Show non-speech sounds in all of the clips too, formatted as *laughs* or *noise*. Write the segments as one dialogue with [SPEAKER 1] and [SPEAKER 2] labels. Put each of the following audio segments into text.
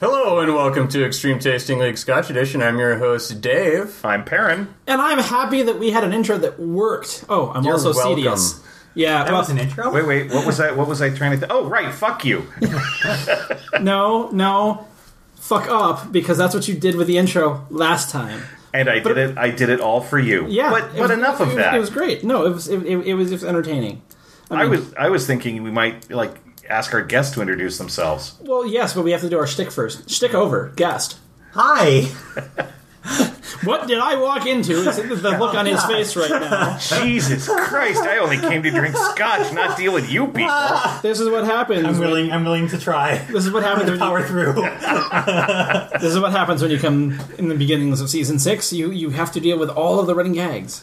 [SPEAKER 1] Hello and welcome to Extreme Tasting League Scotch Edition. I'm your host Dave.
[SPEAKER 2] I'm Perrin.
[SPEAKER 3] And I'm happy that we had an intro that worked. Oh, I'm also
[SPEAKER 1] welcome.
[SPEAKER 3] CDS. Yeah,
[SPEAKER 4] That
[SPEAKER 3] well,
[SPEAKER 4] was an intro.
[SPEAKER 2] Wait, wait. What was I? What was I trying to? Th- oh, right. Fuck you.
[SPEAKER 3] no, no, fuck up because that's what you did with the intro last time.
[SPEAKER 2] And I did it. I did it all for you.
[SPEAKER 3] Yeah,
[SPEAKER 2] But
[SPEAKER 3] it
[SPEAKER 2] but
[SPEAKER 3] was-
[SPEAKER 2] enough
[SPEAKER 3] it
[SPEAKER 2] of
[SPEAKER 3] was-
[SPEAKER 2] that.
[SPEAKER 3] It was great. No, it was it, it, it was it was entertaining.
[SPEAKER 2] I was I was thinking we might like ask our guests to introduce themselves.
[SPEAKER 3] Well, yes, but we have to do our shtick first. Shtick over, guest.
[SPEAKER 4] Hi.
[SPEAKER 3] What did I walk into? Is the the look on
[SPEAKER 4] *laughs*
[SPEAKER 3] his face right now?
[SPEAKER 2] Jesus Christ! I only came to drink scotch, not deal with you people.
[SPEAKER 3] This is what happens.
[SPEAKER 4] I'm
[SPEAKER 3] when-
[SPEAKER 4] willing. I'm willing to *laughs* try.
[SPEAKER 3] This is what happens. When
[SPEAKER 4] Power
[SPEAKER 3] you,
[SPEAKER 4] through.
[SPEAKER 3] this is what happens when you come in the beginnings of season six. You you have to deal with all of the running gags.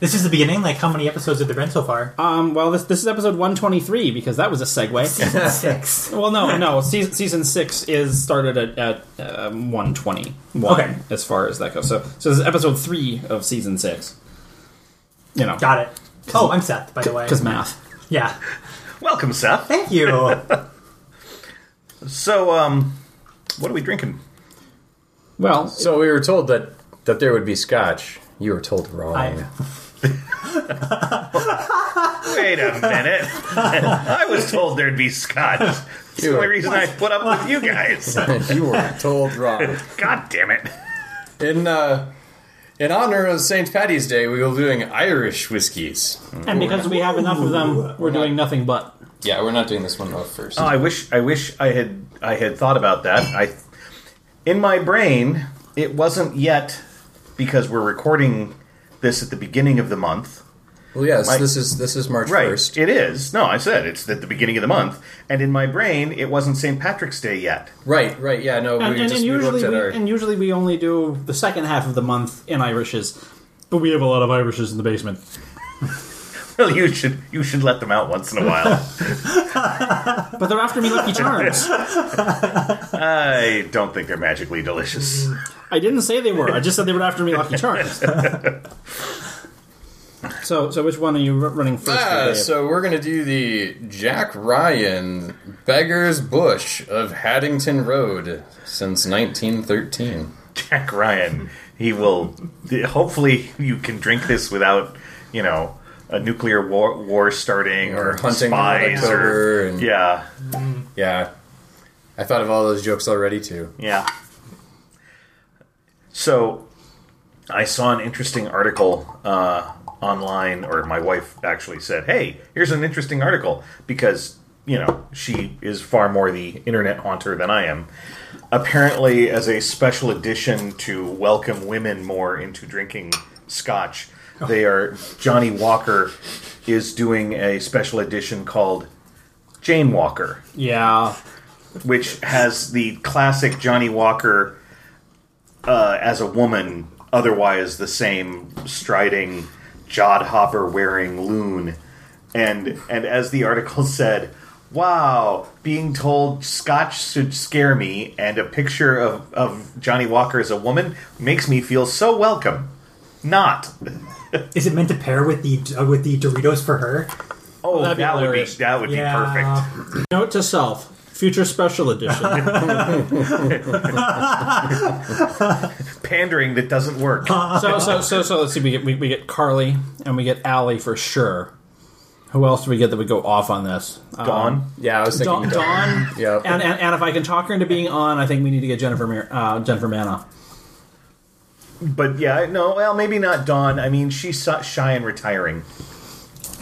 [SPEAKER 4] this is the beginning. Like, how many episodes have there been so far?
[SPEAKER 3] Um, well, this this is episode 123 because that was a *laughs* segue.
[SPEAKER 4] *laughs* Six.
[SPEAKER 3] well, no, no, season, season six is started at, at um, 121
[SPEAKER 4] Okay.
[SPEAKER 3] as far as that goes. So, so this is episode three of season six. You know,
[SPEAKER 4] Got it. Oh, I'm Seth, by the way.
[SPEAKER 3] because math.
[SPEAKER 4] Yeah.
[SPEAKER 2] Welcome, Seth.
[SPEAKER 4] Thank you.
[SPEAKER 2] So um, what are we drinking?
[SPEAKER 3] Well,
[SPEAKER 1] So we were told that that there would be Scotch. You were told wrong. *laughs*
[SPEAKER 4] I-
[SPEAKER 2] Wait a minute. *laughs* I was told there'd be scotch. It's the only reason I put up with you guys.
[SPEAKER 1] you were told wrong.
[SPEAKER 2] God damn it.
[SPEAKER 1] In uh, in honor of St. Patty's Day, we will be doing Irish whiskeys.
[SPEAKER 3] and because we have enough of them, we're doing nothing but.
[SPEAKER 1] Yeah, we're not doing this one off first.
[SPEAKER 2] Oh, I wish I wish I had I had thought about that. I in my brain it wasn't yet because we're recording this at the beginning of the month.
[SPEAKER 1] well, yes,
[SPEAKER 2] my-
[SPEAKER 1] this is this is March
[SPEAKER 2] Right.
[SPEAKER 1] first.
[SPEAKER 2] It is. No, I said it's at the beginning of the month. And in my brain it wasn't St. Patrick's Day yet. *laughs*
[SPEAKER 1] Right, right. Yeah, no,
[SPEAKER 3] And,
[SPEAKER 1] we
[SPEAKER 3] and,
[SPEAKER 1] just
[SPEAKER 3] and
[SPEAKER 1] we
[SPEAKER 3] usually,
[SPEAKER 1] looked at
[SPEAKER 3] we,
[SPEAKER 1] our.
[SPEAKER 3] and usually we only do the second half of the month in Irishes, but we have a lot of Irishes in the basement.
[SPEAKER 2] Well you should you should let them out once in a while.
[SPEAKER 1] *laughs*
[SPEAKER 3] But they're after me *laughs* lucky charms.
[SPEAKER 2] I don't think they're magically delicious.
[SPEAKER 3] I didn't say they were. I just said they were after me Lucky *laughs* Charms. so, so which one are you r- running first?
[SPEAKER 1] Ah,
[SPEAKER 3] there, Dave?
[SPEAKER 1] so we're gonna do the Jack Ryan Beggar's Bush of Haddington Road since 1913.
[SPEAKER 2] Jack Ryan. He will. Hopefully, you can drink this without, you know, a nuclear war, war starting
[SPEAKER 1] Or
[SPEAKER 2] or,
[SPEAKER 1] hunting
[SPEAKER 2] spies
[SPEAKER 1] in October
[SPEAKER 2] or
[SPEAKER 1] and-
[SPEAKER 2] yeah,
[SPEAKER 1] Yeah, I thought of all those jokes already too.
[SPEAKER 2] yeah. So, I saw an interesting article uh, online, or my wife actually said, "Hey, here's an interesting article," because you know she is far more the internet haunter than I am. Apparently, as a special addition to welcome women more into drinking scotch, they are Johnny Walker is doing a special edition called Jane Walker
[SPEAKER 3] yeah,
[SPEAKER 2] which has the classic Johnny Walker uh, as a woman, otherwise the same striding, jodhopper wearing loon, and and as the article *laughs* said, wow, being told Scotch should scare me, and a picture of of Johnny Walker as a woman makes me feel so welcome. Not.
[SPEAKER 4] Is it meant to pair with the uh, with the Doritos for her?
[SPEAKER 2] Oh,
[SPEAKER 3] that'd be
[SPEAKER 2] that would be
[SPEAKER 3] hilarious.
[SPEAKER 2] that would be perfect.
[SPEAKER 3] note to self: future special edition.
[SPEAKER 2] Pandering that doesn't work.
[SPEAKER 3] *laughs* *laughs* so, so, so, so let's see. We get we, we get Carly and we get Allie for sure. Who else do we get that would go off on this? Uh,
[SPEAKER 2] Dawn.
[SPEAKER 1] Yeah, I was thinking.
[SPEAKER 3] Dawn, Dawn
[SPEAKER 1] Yep.
[SPEAKER 3] and, and and if I can talk her into being on, I think we need to get Jennifer Mir- uh, Jennifer Mana.
[SPEAKER 2] But yeah, no, well, maybe not Dawn. I mean, she's so- shy and retiring.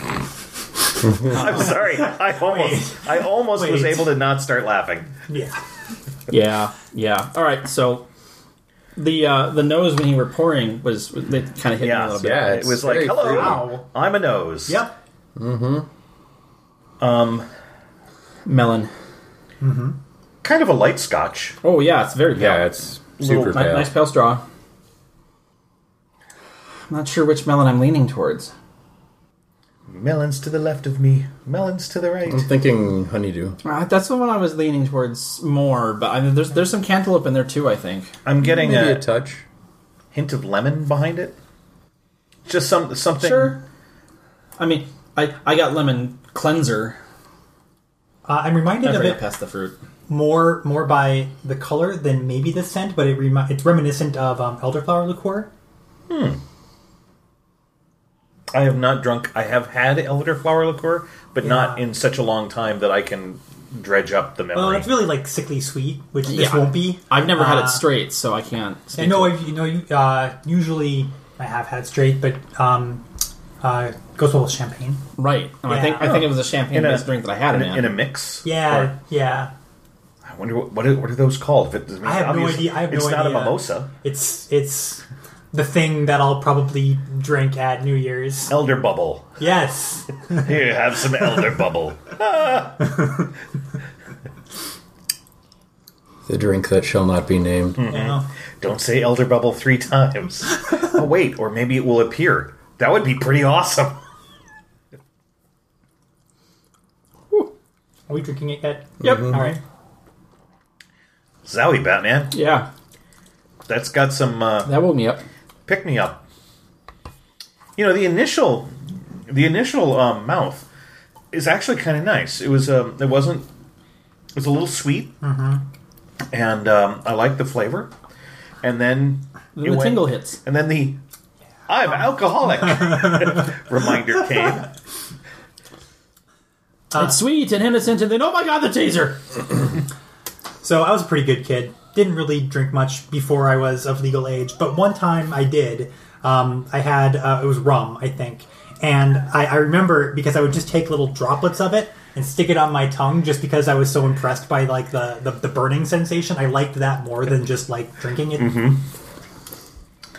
[SPEAKER 2] I'm sorry. I almost, I almost was
[SPEAKER 4] Wait.
[SPEAKER 2] able to not start laughing.
[SPEAKER 4] Yeah.
[SPEAKER 3] Yeah, yeah. All right, so. The uh, the nose when you were pouring was they kind of hit me a
[SPEAKER 2] Yeah,
[SPEAKER 3] little bit.
[SPEAKER 1] yeah,
[SPEAKER 2] it
[SPEAKER 1] it's
[SPEAKER 2] was like,
[SPEAKER 1] very
[SPEAKER 2] hello,
[SPEAKER 1] fruity.
[SPEAKER 4] Wow.
[SPEAKER 2] I'm a nose.
[SPEAKER 4] Yep.
[SPEAKER 2] Mm-hmm.
[SPEAKER 3] Um, Melon.
[SPEAKER 2] Kind of a light scotch.
[SPEAKER 3] Oh yeah, it's very pale.
[SPEAKER 1] yeah, it's super
[SPEAKER 3] Ni-
[SPEAKER 1] bad.
[SPEAKER 3] Nice pale straw. I'm not sure which melon I'm leaning towards.
[SPEAKER 2] Melons to the left of me. Melons to the right.
[SPEAKER 1] I'm thinking honeydew.
[SPEAKER 3] Uh, that's the one I was leaning towards more, but I mean, there's there's some cantaloupe in there too. I think.
[SPEAKER 2] I'm getting
[SPEAKER 1] Maybe
[SPEAKER 2] a,
[SPEAKER 1] a touch.
[SPEAKER 2] hint of lemon behind it. Just some something.
[SPEAKER 3] Sure. I mean, I I got lemon cleanser.
[SPEAKER 4] Uh, I'm reminded
[SPEAKER 3] I
[SPEAKER 4] of
[SPEAKER 3] forgot
[SPEAKER 4] it.
[SPEAKER 3] past the fruit.
[SPEAKER 4] more more by the color than maybe the scent, but it remi- it's reminiscent of um, elderflower liqueur.
[SPEAKER 2] I have not drunk. I have had elderflower liqueur, but not in such a long time that I can dredge up the
[SPEAKER 4] Well,
[SPEAKER 2] memory.
[SPEAKER 4] Uh, it's really like sickly sweet, which this
[SPEAKER 3] Yeah.
[SPEAKER 4] won't be.
[SPEAKER 3] I've never had
[SPEAKER 4] Uh,
[SPEAKER 3] it straight, so I can't.
[SPEAKER 4] I
[SPEAKER 3] speak
[SPEAKER 4] know,
[SPEAKER 3] to it.
[SPEAKER 4] I've, you know, you, uh, usually I have had straight, but um, uh, goes well with champagne.
[SPEAKER 3] right. And I think I
[SPEAKER 4] Yeah.
[SPEAKER 3] think it was a champagne-based drink that I had
[SPEAKER 2] in,
[SPEAKER 3] it
[SPEAKER 2] a-
[SPEAKER 3] in.
[SPEAKER 2] in a mix.
[SPEAKER 4] Yeah,
[SPEAKER 2] Or-
[SPEAKER 4] yeah.
[SPEAKER 2] I wonder what what are, what are those called? If it, mean,
[SPEAKER 4] I have no
[SPEAKER 2] obviously,
[SPEAKER 4] idea. I have
[SPEAKER 2] it's
[SPEAKER 4] no
[SPEAKER 2] not
[SPEAKER 4] idea.
[SPEAKER 2] a mimosa.
[SPEAKER 4] It's it's the thing that I'll probably drink at New Year's.
[SPEAKER 2] Elder bubble.
[SPEAKER 4] Yes.
[SPEAKER 2] Here, have some elder bubble.
[SPEAKER 1] The drink that shall not be named.
[SPEAKER 4] You know?
[SPEAKER 2] Don't say elder bubble three
[SPEAKER 4] *laughs*
[SPEAKER 2] times. oh wait, or maybe it will appear. That would be pretty awesome.
[SPEAKER 4] Are we drinking it yet?
[SPEAKER 3] Yep.
[SPEAKER 4] All right.
[SPEAKER 2] Zowie Batman.
[SPEAKER 3] Yeah,
[SPEAKER 2] That's got some uh,
[SPEAKER 3] that woke me up.
[SPEAKER 2] pick me up. You know the initial, the initial um, mouth is actually kind of nice. It was um, it wasn't it was a little sweet, mm-hmm. and um, I liked the flavor. And then
[SPEAKER 3] The
[SPEAKER 2] it went-
[SPEAKER 3] tingle hits.
[SPEAKER 2] and then the I'm alcoholic reminder came.
[SPEAKER 3] it's sweet and innocent, and then oh my god, the taser!
[SPEAKER 4] So I was a pretty good kid. Didn't really drink much before I was of legal age, but one time I did. Um, I had uh, it was rum, I think, and I, I remember because I would just take little droplets of it and stick it on my tongue, just because I was so impressed by like the the, the burning sensation. I liked that more than just like drinking it. That's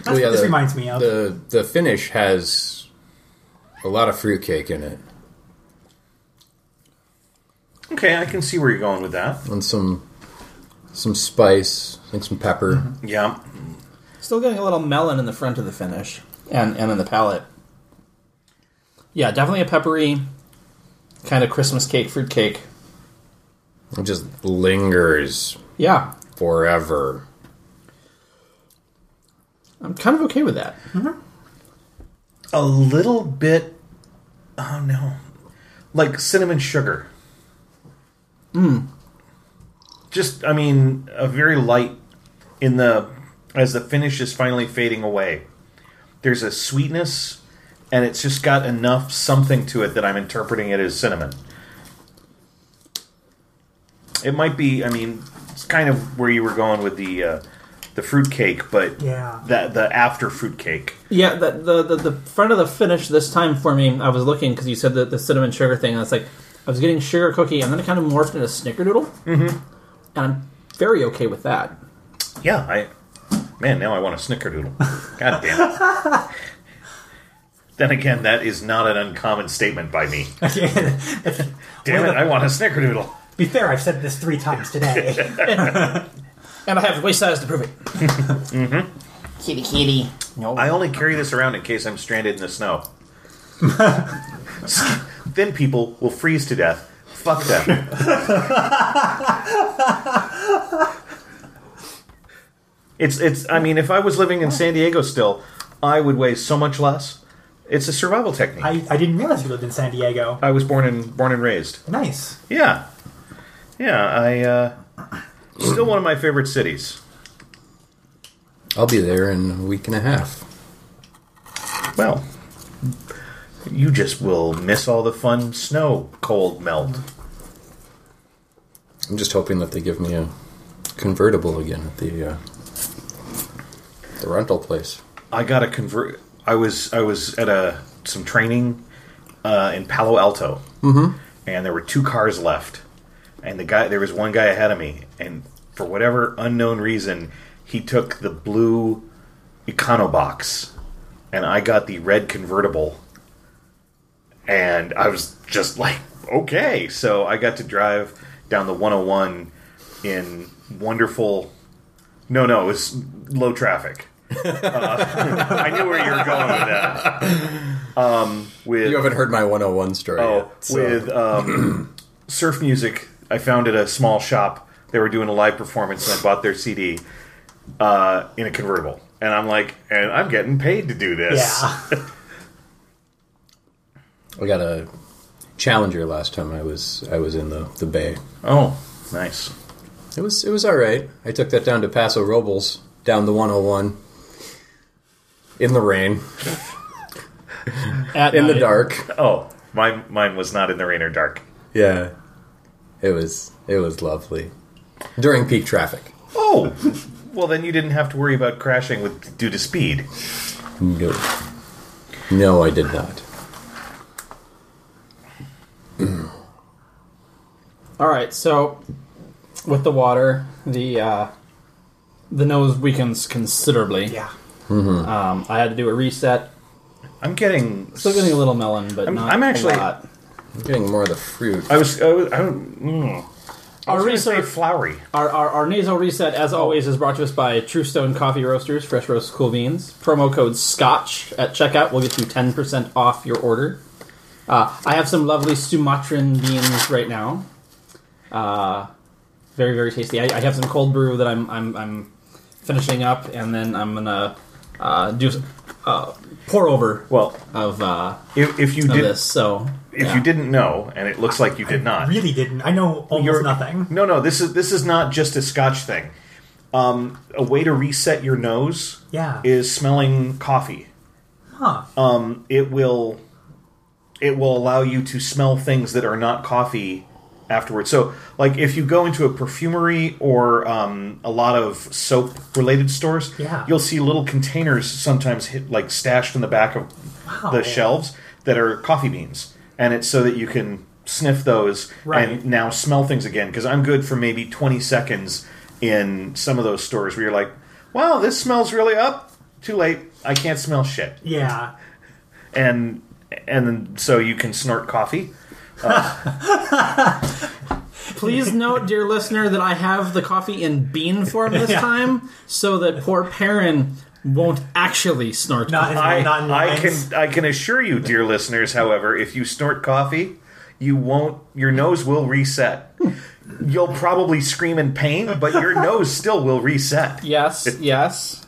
[SPEAKER 1] Oh, Mm-hmm. yeah,
[SPEAKER 4] what this
[SPEAKER 1] the-
[SPEAKER 4] reminds me *laughs* of.
[SPEAKER 1] The the finish has a lot of fruitcake in it
[SPEAKER 2] Okay, I can see where you're going with that.
[SPEAKER 1] and some some spice and some pepper.
[SPEAKER 4] Mm-hmm.
[SPEAKER 2] Yeah,
[SPEAKER 3] Still getting a little melon in the front of the finish and and in the palate. Yeah, definitely a peppery kind of Christmas cake, fruit cake.
[SPEAKER 1] It just lingers
[SPEAKER 3] Yeah,
[SPEAKER 1] forever.
[SPEAKER 3] I'm kind of okay with that.
[SPEAKER 2] a little bit. Oh no, like cinnamon sugar. Mm. Just, I mean, a very light in the as the finish is finally fading away. There's a sweetness, and it's just got enough something to it that I'm interpreting it as cinnamon. It might be. I mean, it's kind of where you were going with the uh, the fruit cake, but
[SPEAKER 4] Yeah.
[SPEAKER 2] that the after fruit cake.
[SPEAKER 3] Yeah, the the, the the front of the finish this time for me, I was looking because you said the, the cinnamon sugar thing. And it's like I was getting sugar cookie, and then it kind of morphed into snickerdoodle, mm-hmm. and I'm very okay with that.
[SPEAKER 2] Yeah, I man, now I want a snickerdoodle. God damn it. then again, that is not an uncommon statement by me. Damn it, I want a snickerdoodle.
[SPEAKER 4] Be fair, I've said this three times today.
[SPEAKER 1] *laughs*
[SPEAKER 3] And I have waist size to prove it.
[SPEAKER 5] Kitty kitty.
[SPEAKER 2] I only carry this around in case I'm stranded in the snow. then people will freeze to death. Fuck them. it's it's I mean, if I was living in San Diego still, I would weigh so much less. It's a survival technique.
[SPEAKER 4] I, I didn't realize you lived in San Diego.
[SPEAKER 2] I was born and born and raised.
[SPEAKER 4] Nice.
[SPEAKER 2] Yeah, yeah. I uh, still one of my favorite cities.
[SPEAKER 1] I'll be there in a week and a half.
[SPEAKER 2] Well, you just will miss all the fun snow cold melt.
[SPEAKER 1] I'm just hoping that they give me a convertible again at the uh, the rental place.
[SPEAKER 2] I got to convert. I was I was at a some training uh, in Palo Alto, and there were two cars left, and the guy there was one guy ahead of me, and for whatever unknown reason, he took the blue Econobox, and I got the red convertible, and I was just like, okay, so I got to drive down the 101 in wonderful. No, no, it was low traffic. Uh, *laughs* I knew where you were going with that. Um, with
[SPEAKER 1] You haven't heard my 101 story.
[SPEAKER 2] oh,
[SPEAKER 1] yet, so-
[SPEAKER 2] with um, *clears throat* surf music, I found at a small shop. They were doing a live performance, and I bought their CD uh, in a convertible. And I'm like, and I'm getting paid to do this.
[SPEAKER 4] Yeah.
[SPEAKER 1] I got a Challenger last time I was I was in the the bay.
[SPEAKER 2] Oh, nice.
[SPEAKER 6] It was it was all right. I took that down to Paso Robles, down the 101, in the rain,
[SPEAKER 3] At
[SPEAKER 6] in the
[SPEAKER 3] night.
[SPEAKER 6] dark.
[SPEAKER 2] Oh, mine mine was not in the rain or dark.
[SPEAKER 6] Yeah, it was it was lovely during peak traffic.
[SPEAKER 2] Oh, *laughs* well then you didn't have to worry about crashing with due to speed.
[SPEAKER 6] No, no, I did not.
[SPEAKER 3] All right, so with the water, the uh, the nose weakens considerably.
[SPEAKER 4] Yeah.
[SPEAKER 3] Um, I had to do a reset.
[SPEAKER 2] I'm getting
[SPEAKER 3] Still getting a little melon, but
[SPEAKER 2] I'm-
[SPEAKER 3] not
[SPEAKER 2] I'm actually-
[SPEAKER 3] a lot.
[SPEAKER 6] I'm getting more of the fruit.
[SPEAKER 2] I was I was, I was, mm. I was
[SPEAKER 3] Our
[SPEAKER 2] gonna say
[SPEAKER 3] research,
[SPEAKER 2] flowery.
[SPEAKER 3] our, our, our nasal reset, as
[SPEAKER 2] Oh.
[SPEAKER 3] always, is brought to us by True Stone Coffee Roasters, fresh roast cool beans. Promo code SCOTCH at checkout will get you 10% off your order. Uh, I have some lovely Sumatran beans right now. Uh, very, very tasty. I, I have some cold brew that I'm, I'm, I'm finishing up, and then I'm going to uh, do uh, pour over
[SPEAKER 2] Well,
[SPEAKER 3] of, uh,
[SPEAKER 2] if, if you
[SPEAKER 3] of
[SPEAKER 2] did
[SPEAKER 3] this. So
[SPEAKER 2] if
[SPEAKER 3] yeah.
[SPEAKER 2] you didn't know, and it looks like you did not,
[SPEAKER 4] Really didn't. I know almost
[SPEAKER 2] You're-
[SPEAKER 4] nothing.
[SPEAKER 2] No, no. This is this is not just a Scotch thing. Um, a way to reset your nose
[SPEAKER 4] Yeah.
[SPEAKER 2] is smelling coffee.
[SPEAKER 4] Huh.
[SPEAKER 2] It will it will allow you to smell things that are not coffee afterwards. So, like if you go into a perfumery or um, a lot of soap related stores,
[SPEAKER 4] Yeah.
[SPEAKER 2] you'll see little containers sometimes hit, like stashed in the back of
[SPEAKER 4] Wow.
[SPEAKER 2] the shelves that are coffee beans, and it's so that you can sniff those
[SPEAKER 4] Right.
[SPEAKER 2] and now smell things again. Because I'm good for maybe 20 seconds in some of those stores where you're like, "Wow, this smells really up." Too late, I can't smell shit,
[SPEAKER 4] yeah.
[SPEAKER 2] and and then- so you can snort coffee.
[SPEAKER 3] *laughs* Please note, dear listener, that I have the coffee in bean form *laughs* this time, so that poor Perrin won't actually snort.
[SPEAKER 4] Not in,
[SPEAKER 2] I,
[SPEAKER 4] not in
[SPEAKER 2] I
[SPEAKER 4] lines.
[SPEAKER 2] can I can assure you, dear listeners, however, if you snort coffee, you won't your nose will reset. You'll probably scream in pain, but
[SPEAKER 4] *laughs*
[SPEAKER 2] your nose still will reset.
[SPEAKER 3] yes, yes.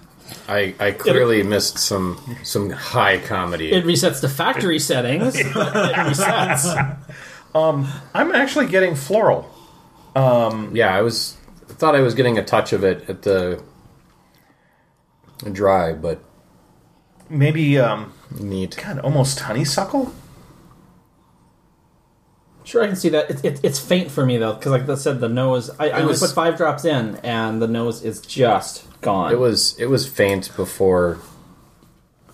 [SPEAKER 6] I, I clearly missed some some high comedy.
[SPEAKER 3] It resets to factory *laughs* settings. It resets.
[SPEAKER 2] I'm actually getting floral.
[SPEAKER 6] yeah, I was thought I was getting a touch of it at the dry, but
[SPEAKER 2] Maybe um
[SPEAKER 6] neat.
[SPEAKER 2] God, almost honeysuckle?
[SPEAKER 3] Sure, I can see that. It, it, it's faint for me though, because like I said, the nose. I, I only
[SPEAKER 6] was-
[SPEAKER 3] put five drops in, and the nose is just gone.
[SPEAKER 6] It was it was faint before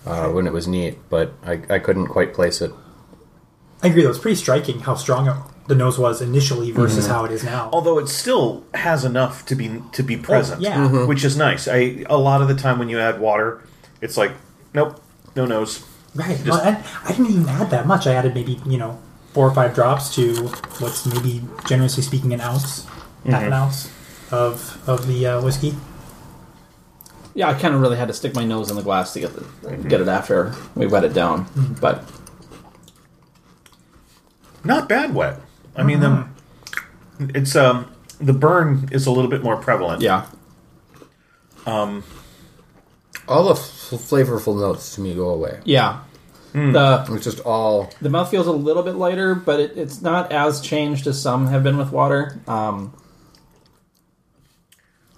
[SPEAKER 6] uh, when it was neat, but I, I couldn't quite place it.
[SPEAKER 4] I agree. That was pretty striking how strong it, the nose was initially versus how it is now.
[SPEAKER 2] Although it still has enough to be to be present.
[SPEAKER 4] yeah. Mhm.
[SPEAKER 2] Which is nice. I a lot of the time when you add water, it's like, nope, no nose.
[SPEAKER 4] Right.
[SPEAKER 2] Just-
[SPEAKER 4] well, and I didn't even add that much. I added maybe you know four or five drops to what's maybe generously speaking an ounce, half an ounce of of the uh, whiskey.
[SPEAKER 3] yeah, I kind of really had to stick my nose in the glass to get the, get it after we wet it down. But
[SPEAKER 2] Not bad wet. I mean the it's um the burn is a little bit more prevalent.
[SPEAKER 3] yeah,
[SPEAKER 6] All the f- flavorful notes to me go away.
[SPEAKER 3] yeah. The
[SPEAKER 6] It's just all
[SPEAKER 3] The mouth feels a little bit lighter, but it, it's not as changed as some have been with water. Um,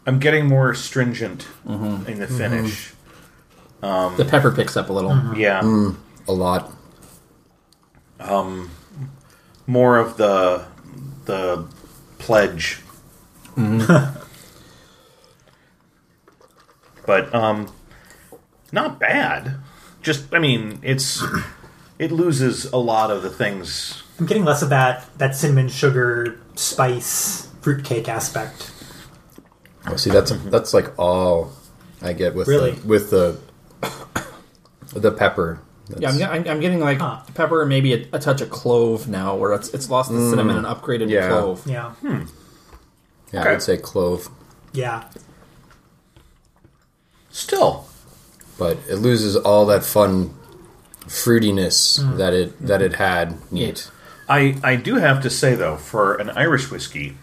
[SPEAKER 2] I'm getting more astringent in the finish.
[SPEAKER 3] the pepper picks up a little.
[SPEAKER 2] Yeah.
[SPEAKER 6] a lot.
[SPEAKER 2] More of the the pledge. *laughs* but um not bad. Just I mean, it's it loses a lot of the things.
[SPEAKER 4] I'm getting less of that that cinnamon sugar spice fruitcake aspect.
[SPEAKER 6] Oh, See, that's that's like all I get with
[SPEAKER 4] Really?
[SPEAKER 6] the, with the *coughs* the pepper. That's,
[SPEAKER 3] Yeah, I'm, get- I'm, I'm getting like
[SPEAKER 4] Huh.
[SPEAKER 3] pepper and maybe a, a touch of clove now, where it's it's lost the cinnamon and upgraded
[SPEAKER 6] yeah.
[SPEAKER 3] clove.
[SPEAKER 4] Yeah.
[SPEAKER 6] yeah, I would say clove,
[SPEAKER 4] Yeah.
[SPEAKER 2] Still,
[SPEAKER 6] but it loses all that fun fruitiness that it that it had neat.
[SPEAKER 2] I I do have to say though, for an Irish whiskey,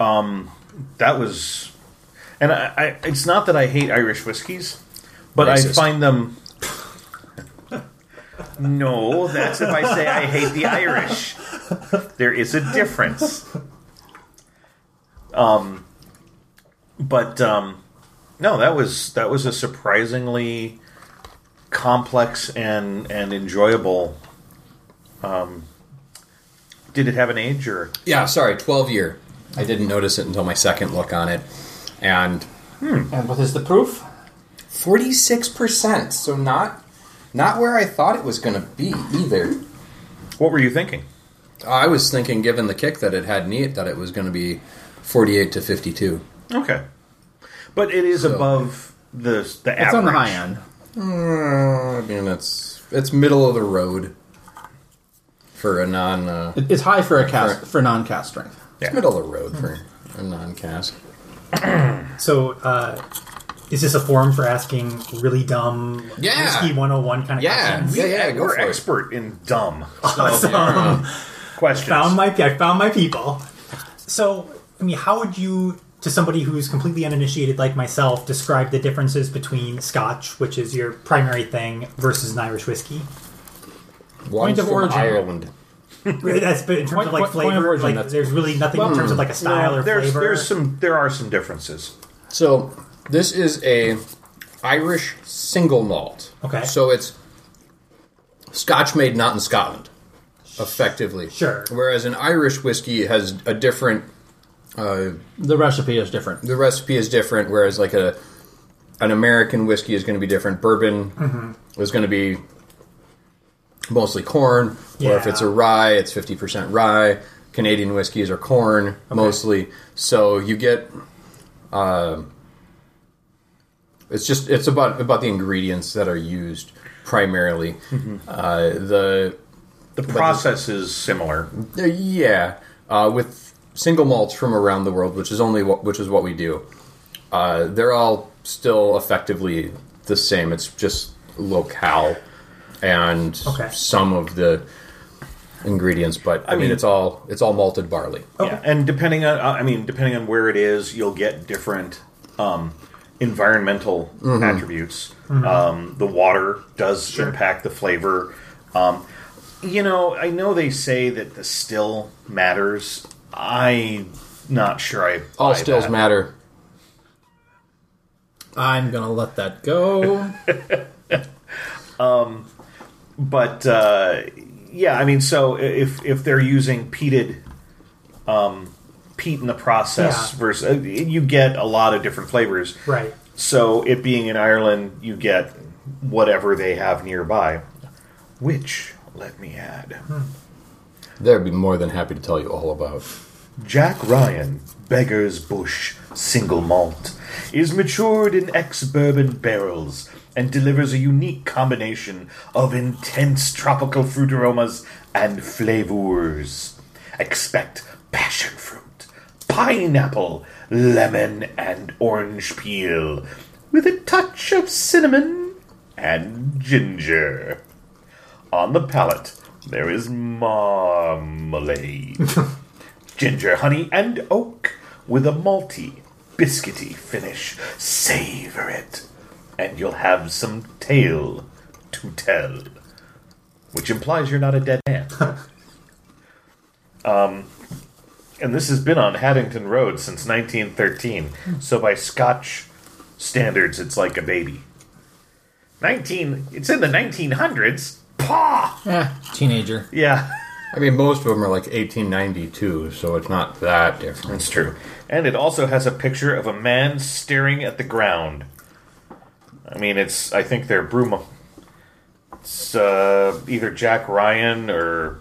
[SPEAKER 2] um, that was, and I, I it's not that I hate Irish whiskeys, but I
[SPEAKER 6] Racist.
[SPEAKER 2] find them. no, that's if I say I hate the Irish. There is a difference. Um, but um, no, that was that was a surprisingly complex and and enjoyable. Um, did it have an age or
[SPEAKER 6] Yeah, sorry, 12 year. I didn't notice it until my second look on it. And
[SPEAKER 3] And what is the proof?
[SPEAKER 6] 46%, so not not where I thought it was going to be either.
[SPEAKER 2] what were you thinking?
[SPEAKER 6] I was thinking given the kick that it had neat that it was going to be 48 to 52.
[SPEAKER 2] Okay, but it is
[SPEAKER 6] So-
[SPEAKER 2] above the the average.
[SPEAKER 3] It's on the high end.
[SPEAKER 6] Mm, I mean, it's it's middle of the road for a non uh,
[SPEAKER 3] It- It's high for a cast for non-cast strength.
[SPEAKER 6] it's middle of the road for a non cast.
[SPEAKER 4] So, uh, is this a forum for asking really dumb
[SPEAKER 6] Yeah.
[SPEAKER 4] whiskey 101 kind of
[SPEAKER 6] Yeah,
[SPEAKER 4] questions? *laughs*
[SPEAKER 6] yeah, yeah. Go
[SPEAKER 2] We're
[SPEAKER 6] for it.
[SPEAKER 2] expert in
[SPEAKER 6] *laughs*
[SPEAKER 2] dumb
[SPEAKER 4] Awesome.
[SPEAKER 2] questions.
[SPEAKER 4] found my I found my people. So, I mean, how would you to somebody who's completely uninitiated like myself describe the differences between Scotch, which is your primary thing, versus an Irish whiskey?
[SPEAKER 6] One's
[SPEAKER 3] of
[SPEAKER 6] from
[SPEAKER 3] origin.
[SPEAKER 6] Ireland.
[SPEAKER 4] That's but in terms
[SPEAKER 3] Point-
[SPEAKER 4] of like
[SPEAKER 3] point- point of
[SPEAKER 4] flavor,
[SPEAKER 3] origin,
[SPEAKER 4] like
[SPEAKER 3] that's- Hmm.
[SPEAKER 4] there's really nothing in terms of like a style or
[SPEAKER 2] there's
[SPEAKER 4] flavor.
[SPEAKER 2] there's some there are some differences.
[SPEAKER 6] So this is a Irish single malt.
[SPEAKER 4] Okay.
[SPEAKER 6] So it's Scotch made not in Scotland, effectively.
[SPEAKER 4] Sure.
[SPEAKER 6] Whereas an Irish whiskey has a different
[SPEAKER 3] The recipe is different.
[SPEAKER 6] the recipe is different. Whereas like a an American whiskey is going to be different. Bourbon is going to be mostly corn, or if
[SPEAKER 4] Yeah.
[SPEAKER 6] it's a rye, it's fifty percent rye. Canadian whiskeys are corn mostly, so you get. Uh, it's just it's about about the ingredients that are used primarily. Uh, the
[SPEAKER 2] The process is similar.
[SPEAKER 6] uh, Yeah, uh, with single malts from around the world, which is only what, which is what we do. Uh, they're all still effectively the same. It's just locale and
[SPEAKER 4] Okay.
[SPEAKER 6] some of the ingredients, but I, mean,
[SPEAKER 2] mean-
[SPEAKER 6] it's all it's all malted barley.
[SPEAKER 2] Yeah, and depending on I mean depending on where it is, you'll get different um, environmental
[SPEAKER 6] Mm-hmm.
[SPEAKER 2] attributes. Um, the water does impact the flavor. Um, you know, I know they say that the still matters. I'm not sure I
[SPEAKER 6] All
[SPEAKER 2] buy
[SPEAKER 6] stills
[SPEAKER 2] that.
[SPEAKER 6] matter.
[SPEAKER 3] I'm gonna let that *laughs* go.
[SPEAKER 2] but uh, yeah, I mean, so if if they're using peated um, peat in the process
[SPEAKER 4] Yeah.
[SPEAKER 2] versus uh, you get a lot of different flavors,
[SPEAKER 4] right.
[SPEAKER 2] So it being in Ireland, you get whatever they have nearby, which let me add,
[SPEAKER 6] They'd be more than happy to tell you all about.
[SPEAKER 2] Jack Ryan Beggar's Bush Single Malt is matured in ex-bourbon barrels and delivers a unique combination of intense tropical fruit aromas and flavors. Expect passion fruit, pineapple, lemon, and orange peel, with a touch of cinnamon and ginger. On the palate, there is marmalade ginger, honey, and oak with a malty, biscuity finish. Savor it, and you'll have some tale to tell, which implies you're not a dead man. um, and this has been on Haddington Road since 1913, so by Scotch standards, it's like a baby. 19. It's in the 1900s. Pah!
[SPEAKER 3] Eh, teenager.
[SPEAKER 2] Yeah.
[SPEAKER 6] I mean, most of them are like 1892, so it's not that different.
[SPEAKER 2] That's true. And it also has a picture of a man staring at the ground. I mean, it's. I think they're Bruma. It's uh, either Jack Ryan or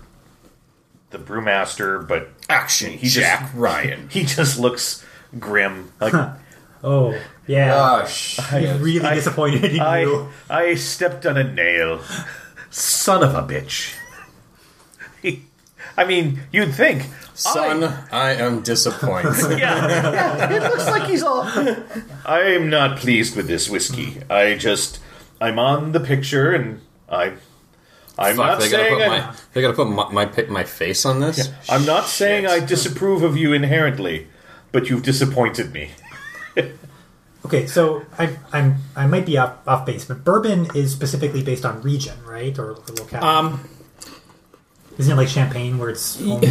[SPEAKER 2] the Brewmaster, but
[SPEAKER 6] Action,
[SPEAKER 2] He just-
[SPEAKER 6] Jack Ryan.
[SPEAKER 2] he *laughs* just looks grim. Like
[SPEAKER 4] Oh yeah.
[SPEAKER 2] Uh,
[SPEAKER 6] Gosh.
[SPEAKER 4] I'm really disappointed in
[SPEAKER 2] I,
[SPEAKER 4] you.
[SPEAKER 2] I stepped on a nail. Son of a bitch. He- *laughs* I mean, you'd think.
[SPEAKER 6] Son, I am disappointed.
[SPEAKER 2] Yeah, yeah, it looks like he's all. *laughs* I'm not pleased with this whiskey. I just, I'm on the picture, and I,
[SPEAKER 6] Fuck,
[SPEAKER 2] I'm not
[SPEAKER 6] they gotta
[SPEAKER 2] saying.
[SPEAKER 6] put
[SPEAKER 2] I,
[SPEAKER 6] my they gotta put my my, pi- my face on this.
[SPEAKER 2] I'm not saying I disapprove of you inherently, but you've disappointed me.
[SPEAKER 4] Okay, so I, I'm I might be off, off base, but bourbon is specifically based on region, right, or, or locale?
[SPEAKER 3] Um, *laughs*
[SPEAKER 4] Isn't it like champagne where it's home?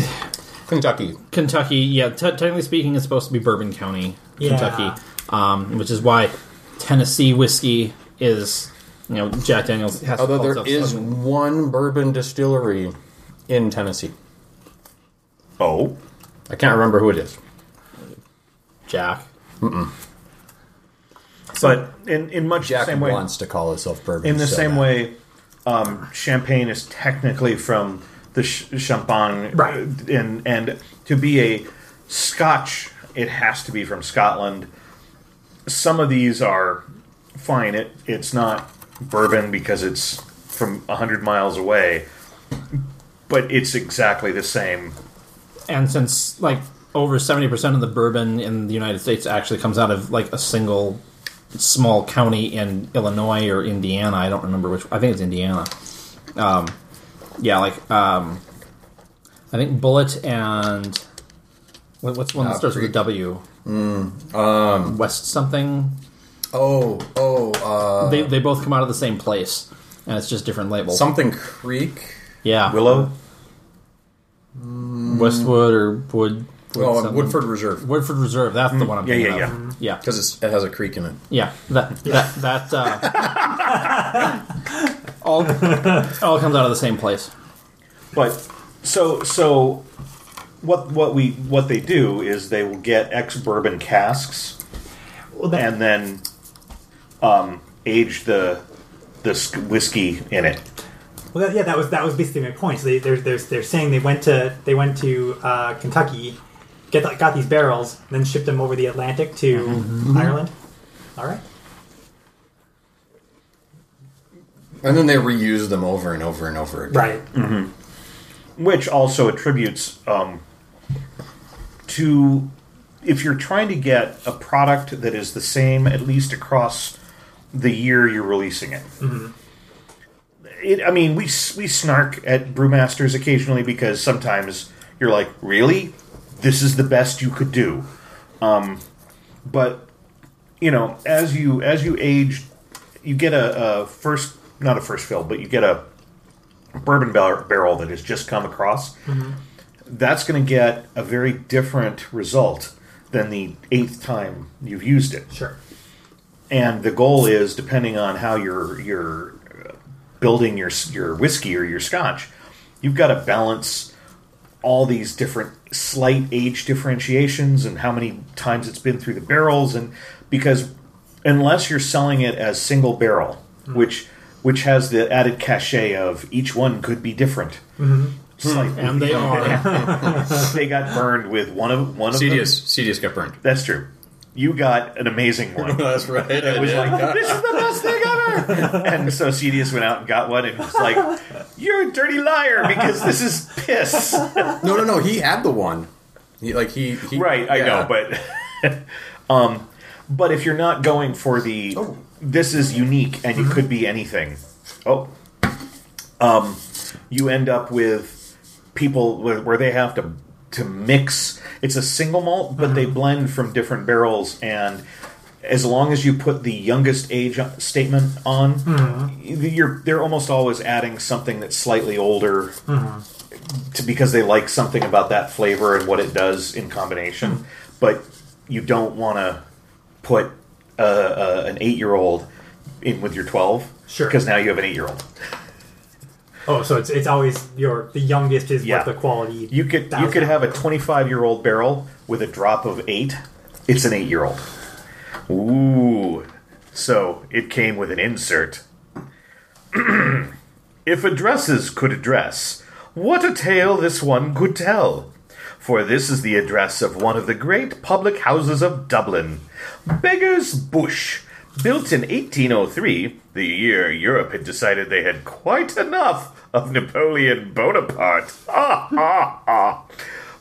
[SPEAKER 6] Kentucky.
[SPEAKER 3] Kentucky, yeah, t- technically speaking, it's supposed to be Bourbon County,
[SPEAKER 4] Yeah.
[SPEAKER 3] Kentucky, um, which is why Tennessee whiskey is, you know, Jack Daniels has. to
[SPEAKER 6] Although
[SPEAKER 3] call
[SPEAKER 6] there
[SPEAKER 3] itself
[SPEAKER 6] is
[SPEAKER 3] Southern.
[SPEAKER 6] one bourbon distillery in Tennessee.
[SPEAKER 2] Oh,
[SPEAKER 6] I can't remember who it is.
[SPEAKER 3] Jack.
[SPEAKER 2] but in in much the
[SPEAKER 6] Jack
[SPEAKER 2] same way,
[SPEAKER 6] wants to call itself bourbon.
[SPEAKER 2] in the
[SPEAKER 6] so
[SPEAKER 2] same
[SPEAKER 6] bad.
[SPEAKER 2] way, um, champagne is technically from the sh- champagne,
[SPEAKER 4] Right.
[SPEAKER 2] And and to be a Scotch, it has to be from Scotland. Some of these are fine. It it's not bourbon because it's from hundred miles away, but it's exactly the same.
[SPEAKER 3] and since like over 70% of the bourbon in the united states actually comes out of like a single small county in illinois or indiana i don't remember which i think it's indiana um, yeah like um, i think bullet and what- what's the one that starts with a w um, west something
[SPEAKER 6] Oh, oh, uh,
[SPEAKER 3] they, they both come out of the same place and it's just different labels
[SPEAKER 6] something Creek.
[SPEAKER 3] yeah
[SPEAKER 2] Willow.
[SPEAKER 3] westwood or wood, wood
[SPEAKER 6] Oh,
[SPEAKER 3] something.
[SPEAKER 6] Woodford Reserve
[SPEAKER 3] woodford reserve that's the one i'm
[SPEAKER 2] Yeah, yeah,
[SPEAKER 3] thinking
[SPEAKER 2] yeah.
[SPEAKER 3] of. yeah
[SPEAKER 6] because it has a creek in it.
[SPEAKER 3] Yeah, that that that uh, *laughs* all all comes out of the same place.
[SPEAKER 2] But so so what what we what they do is they will get ex bourbon casks
[SPEAKER 4] Well, that,
[SPEAKER 2] and then um, age the the sc- whiskey in it.
[SPEAKER 4] well, that, yeah, that was that was basically my point. So they, they're, they're they're saying they went to they went to uh, Kentucky, get the, got these barrels, then shipped them over the Atlantic to
[SPEAKER 2] Mm-hmm.
[SPEAKER 4] Ireland. All right.
[SPEAKER 6] And then they reuse them over and over and over again.
[SPEAKER 4] Right.
[SPEAKER 2] which also attributes um, to if you're trying to get a product that is the same at least across the year you're releasing it. It, I mean, we s- we snark at brewmasters occasionally because sometimes you're like, really, this is the best you could do. Um, but you know, as you as you age, you get a, a first not a first fill, but you get a bourbon bar- barrel that has just come across, that's going to get a very different result than the eighth time you've used it.
[SPEAKER 4] Sure.
[SPEAKER 2] And the goal is, depending on how you're you're uh, building your s- your whiskey or your scotch, you've got to balance all these different slight age differentiations and how many times it's been through the barrels and because unless you're selling it as single barrel
[SPEAKER 3] Mm-hmm.
[SPEAKER 2] which which has the added cachet of each one could be different slightly
[SPEAKER 3] Mm-hmm. And they
[SPEAKER 6] Oh, *laughs*
[SPEAKER 3] are.
[SPEAKER 2] *laughs* they got
[SPEAKER 3] *laughs*
[SPEAKER 2] burned with one of one of them.
[SPEAKER 6] Cedius, Cedius got burned.
[SPEAKER 2] that's true you got an amazing
[SPEAKER 3] *laughs*
[SPEAKER 2] one
[SPEAKER 6] That's right. It
[SPEAKER 2] was like, "This is the best thing ever!" and so Cedius went out and got one, and was like, *laughs* "You're a dirty liar because this is piss."
[SPEAKER 6] no, no, no. He had the one. He, like he, he
[SPEAKER 2] right, I
[SPEAKER 6] yeah.
[SPEAKER 2] know, but *laughs* um, but if you're not going for the this is unique and it could be anything, oh, um, you end up with people where, where they have to to mix. It's a single malt, but they blend from different barrels and. As long as you put the youngest age statement on, you're they're almost always adding something that's slightly older to, because they like something about that flavor and what it does in combination. But you don't want to put uh, uh, an eight year old in with your twelve,
[SPEAKER 4] Sure.
[SPEAKER 2] Because now you have an eight year old.
[SPEAKER 4] Oh, so it's it's always your the youngest is
[SPEAKER 2] Yeah.
[SPEAKER 4] what the quality.
[SPEAKER 2] You could you could have a twenty five year old barrel with a drop of eight. It's an eight year old. Ooh! So it came with an insert. If addresses could address, what a tale this one could tell! For this is the address of one of the great public houses of Dublin, Beggar's Bush, built in 1803, the year Europe had decided they had quite enough of Napoleon Bonaparte. Ah, ah, ah.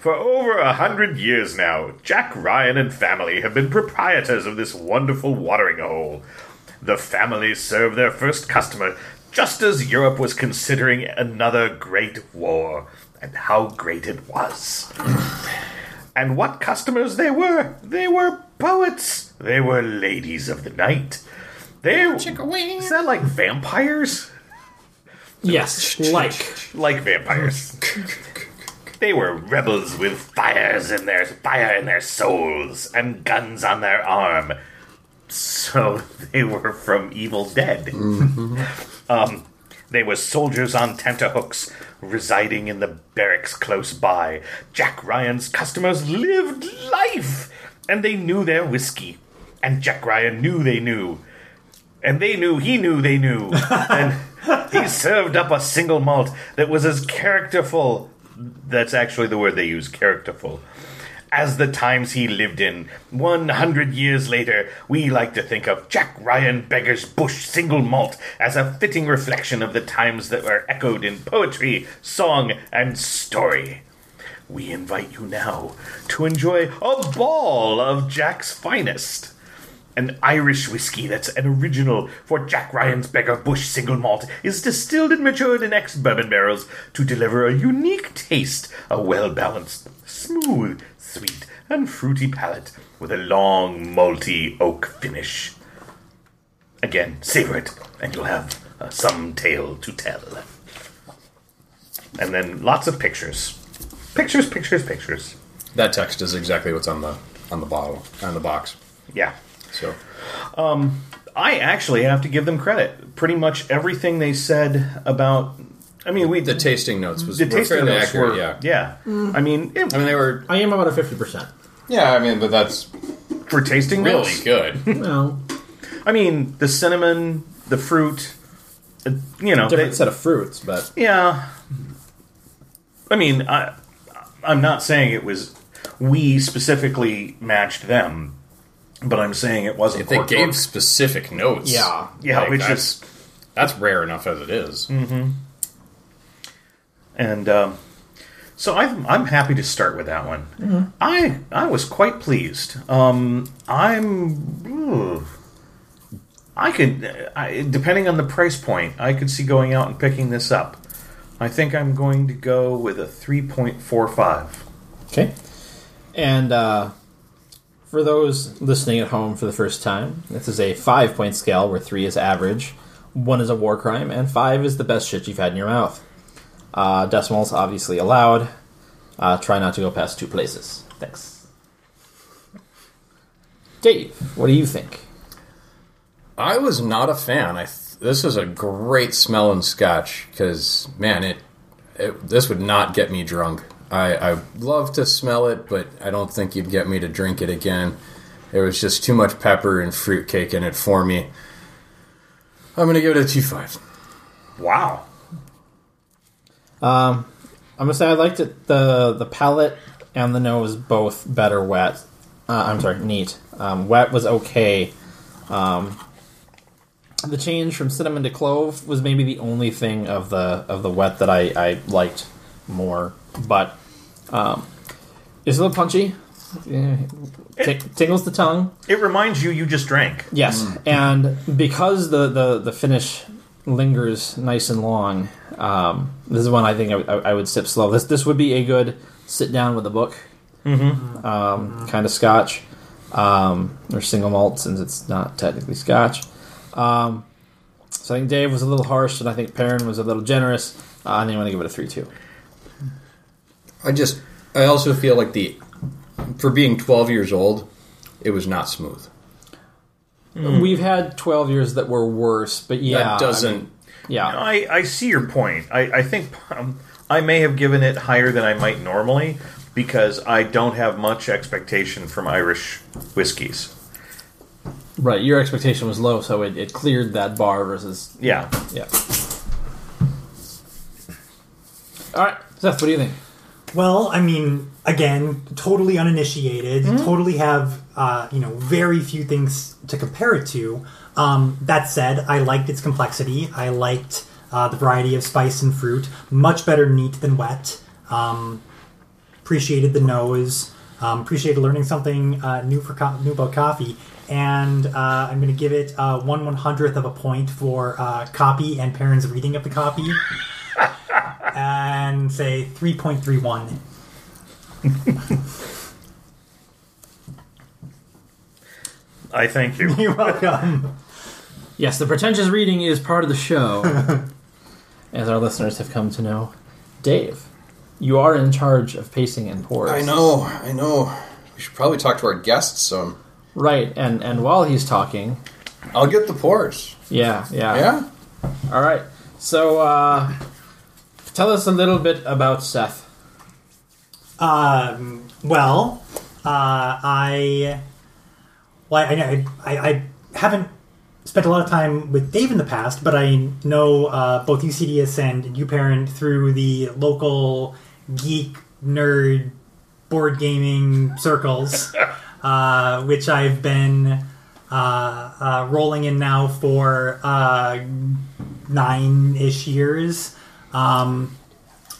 [SPEAKER 2] For over a hundred years now, Jack Ryan and family have been proprietors of this wonderful watering hole. The family served their first customer just as Europe was considering another great war, and how great it was. *clears throat* and what customers they were! They were poets! They were ladies of the night. They is that like vampires?
[SPEAKER 3] yes, like
[SPEAKER 2] Like vampires. They were rebels with fires in their fire in their souls and guns on their arm. So *laughs* they were from Evil Dead. um, they were soldiers on tenterhooks, residing in the barracks close by. Jack Ryan's customers lived life, and they knew their whiskey. And Jack Ryan knew they knew, and they knew he knew they knew. and he served up a single malt that was as characterful that's actually the word they use characterful as the times he lived in 100 years later we like to think of jack ryan beggar's bush single malt as a fitting reflection of the times that were echoed in poetry song and story we invite you now to enjoy a ball of jack's finest an Irish whiskey that's an original for Jack Ryan's Beggar Bush single malt is distilled and matured in ex bourbon barrels to deliver a unique taste, a well balanced, smooth, sweet, and fruity palate with a long, malty oak finish. Again, savor it, and you'll have uh, some tale to tell. And then lots of pictures. Pictures, pictures, pictures.
[SPEAKER 6] That text is exactly what's on the on the bottle on the box.
[SPEAKER 2] Yeah.
[SPEAKER 6] So
[SPEAKER 2] I actually have to give them credit. Pretty much everything they said about. I mean, we
[SPEAKER 6] the tasting notes was
[SPEAKER 2] the
[SPEAKER 6] were
[SPEAKER 2] tasting
[SPEAKER 6] fairly
[SPEAKER 2] notes
[SPEAKER 6] accurate.
[SPEAKER 2] were
[SPEAKER 6] yeah.
[SPEAKER 2] yeah. I mean, it-
[SPEAKER 6] I mean, they were
[SPEAKER 3] I am about a 50%.
[SPEAKER 1] Yeah, I mean, but that's
[SPEAKER 2] for tasting
[SPEAKER 1] really
[SPEAKER 2] notes,
[SPEAKER 1] good.
[SPEAKER 3] Well,
[SPEAKER 2] I mean, the cinnamon, the fruit, uh, you know,
[SPEAKER 3] different
[SPEAKER 2] they-
[SPEAKER 3] set of fruits, but
[SPEAKER 2] yeah. I mean, I I'm not saying it was we specifically matched them, but I'm saying it wasn't.
[SPEAKER 1] They
[SPEAKER 2] cork
[SPEAKER 1] gave
[SPEAKER 2] cork.
[SPEAKER 1] specific notes.
[SPEAKER 3] Yeah.
[SPEAKER 2] yeah,
[SPEAKER 1] like,
[SPEAKER 2] which
[SPEAKER 1] that's-
[SPEAKER 2] is Mm.
[SPEAKER 1] That's rare enough as it is.
[SPEAKER 2] and um, so I'm I'm happy to start with that one. I I was quite pleased. Um, I'm ooh. I could uh, I, depending on the price point, I could see going out and picking this up. I think I'm going to go with a three point four five.
[SPEAKER 3] Okay. And uh, for those listening at home for the first time, this is a five point scale where three is average, one is a war crime, and five is the best shit you've had in your mouth. Uh, decimals obviously allowed. Uh, try not to go past two places. Thanks. Dave, what do you think?
[SPEAKER 6] I was not a fan. I th- this is a great smelling scotch because man, it, it this would not get me drunk. I, I love to smell it, but I don't think you'd get me to drink it again. There was just too much pepper and fruitcake in it for me. I'm gonna give it a two five.
[SPEAKER 2] Wow.
[SPEAKER 3] I'm gonna say I liked it the the palate and the nose both better wet. Uh, I'm sorry, neat. Um, wet was okay. Um, the change from cinnamon to clove was maybe the only thing of the of the wet that I, I liked more, but um, it's a little punchy. Eh, ti- tingles the tongue.
[SPEAKER 2] It reminds you you just drank.
[SPEAKER 3] Yes, and because the, the, the finish lingers nice and long, um, this is one I think I, I, I would sip slow. This this would be a good sit down with a book
[SPEAKER 6] Mm-hmm.
[SPEAKER 3] um, kind of scotch um, or single malt since it's not technically scotch. Um, so I think Dave was a little harsh, and I think Perrin was a little generous. Uh, I think I'm going to give it a three two.
[SPEAKER 6] I just I also feel like the for being 12 years old, it was not smooth.
[SPEAKER 3] We've had twelve years that were worse, but yeah, I mean,
[SPEAKER 6] Mm. that doesn't.
[SPEAKER 3] yeah.
[SPEAKER 2] I, I see your point. I, I think um, I may have given it higher than I might normally because I don't have much expectation from Irish whiskeys.
[SPEAKER 3] Right, your expectation was low, so it, it cleared that bar versus
[SPEAKER 2] Yeah.
[SPEAKER 3] Yeah. All right, Seth, what do you think?
[SPEAKER 4] Well, I mean, again, totally uninitiated, totally have uh, you know very few things to compare it to. Um, that said, I liked its complexity. I liked uh, the variety of spice and fruit. Much better neat than wet. Um, appreciated the nose. Um, appreciated learning something uh, new for co- new about coffee. And uh, I'm going to give it uh, one one hundredth of a point for uh, copy and parents' reading of the copy, and say three point three one.
[SPEAKER 2] I thank you.
[SPEAKER 4] *laughs* You're welcome.
[SPEAKER 3] Yes, the pretentious
[SPEAKER 2] *laughs*
[SPEAKER 3] reading is part of the show, as our listeners have come to know. Dave, You are in charge of pacing and pours.
[SPEAKER 1] I know, I know. We should probably talk to our guests some.
[SPEAKER 3] Right, and and while he's talking,
[SPEAKER 1] I'll get the pours.
[SPEAKER 3] yeah, yeah,
[SPEAKER 1] Yeah?
[SPEAKER 3] All right. So, uh, tell us a little bit about Seth.
[SPEAKER 4] Um, well, uh, I, well, I, I, I haven't spent a lot of time with Dave in the past, but I know uh, both UCDS and UParent through the local geek nerd board gaming circles, uh, which I've been uh, uh, rolling in now for uh, nine ish years. Um,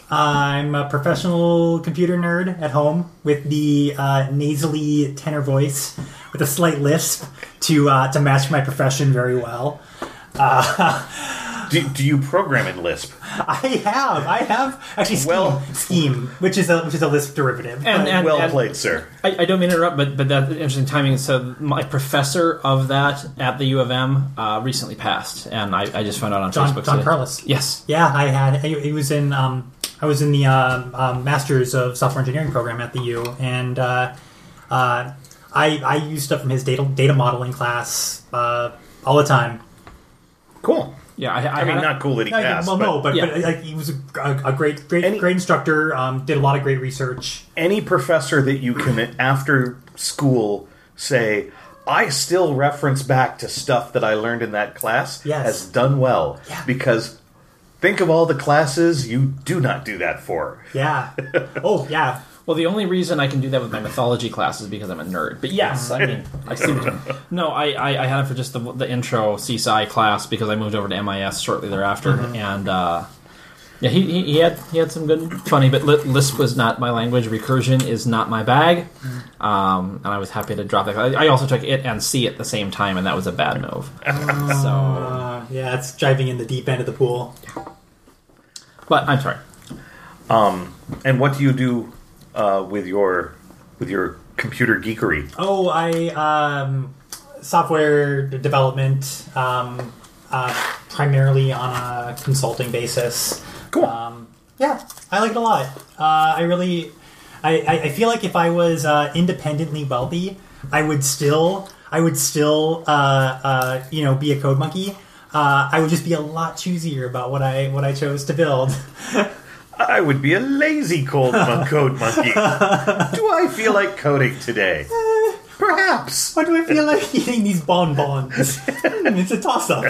[SPEAKER 4] I'm a professional computer nerd at home with the uh, nasally tenor voice, with a slight lisp to uh, to match my profession very well. Uh,
[SPEAKER 2] Do, do you program in Lisp?
[SPEAKER 4] *laughs* I have, I have actually Scheme,
[SPEAKER 2] Well-
[SPEAKER 4] Scheme, which is a which is a lisp derivative.
[SPEAKER 3] And, and,
[SPEAKER 2] well
[SPEAKER 3] and
[SPEAKER 2] played, sir.
[SPEAKER 3] I, I don't mean to interrupt, but but that's interesting timing. So, my professor of that at the U of M uh, recently passed, and I, I just found out on
[SPEAKER 4] John
[SPEAKER 3] Facebook.
[SPEAKER 4] John
[SPEAKER 3] today.
[SPEAKER 4] Carlos.
[SPEAKER 3] Yes.
[SPEAKER 4] Yeah, I had. It was in. Um, I was in the um, um, Masters of Software Engineering program at the U, and uh, uh, I I used stuff from his data data modeling class uh, all the time.
[SPEAKER 2] Cool.
[SPEAKER 3] Yeah. I, I,
[SPEAKER 2] I mean,
[SPEAKER 3] had a-
[SPEAKER 2] not cool that he
[SPEAKER 4] No, yeah,
[SPEAKER 2] passed,
[SPEAKER 4] well,
[SPEAKER 2] but
[SPEAKER 4] no, but,
[SPEAKER 3] Yeah.
[SPEAKER 4] but like, he was a, a, a great, great,
[SPEAKER 2] Any-
[SPEAKER 4] great instructor. Um, did a lot of great research.
[SPEAKER 2] any professor that you can after school say I still reference back to stuff that I learned in that class
[SPEAKER 4] Yes.
[SPEAKER 2] has done well
[SPEAKER 4] Yeah.
[SPEAKER 2] because think of all the classes you do not do that for.
[SPEAKER 4] Yeah. oh yeah.
[SPEAKER 3] Well, the only reason I can do that with my mythology class is because I'm a nerd. But yes, I mean, I see. What you mean. No, I, I, I had it for just the, the intro CSI class because I moved over to MIS shortly thereafter, and uh, yeah, he, he, he had he had some good funny, but Li- Lisp was not my language. Recursion is not my bag, um, and I was happy to drop that. I, I also took it and C at the same time, and that was a bad move. so,
[SPEAKER 4] Uh, yeah, it's diving in the deep end of the pool.
[SPEAKER 3] but I'm sorry.
[SPEAKER 2] And what do you do uh, with your with your computer geekery?
[SPEAKER 4] Oh, I um, software d- development um, uh, primarily on a consulting basis.
[SPEAKER 2] Cool.
[SPEAKER 4] Yeah, I like it a lot. Uh, I really, I, I, I feel like if I was uh, independently wealthy, I would still, I would still, uh, uh, you know, be a code monkey. Uh, I would just be a lot choosier about what I what I chose to build. *laughs*
[SPEAKER 2] I would be a lazy cold mon- code monkey. do I feel like coding today? Perhaps.
[SPEAKER 4] Why do I feel like eating these bonbons? Hmm, it's a toss up.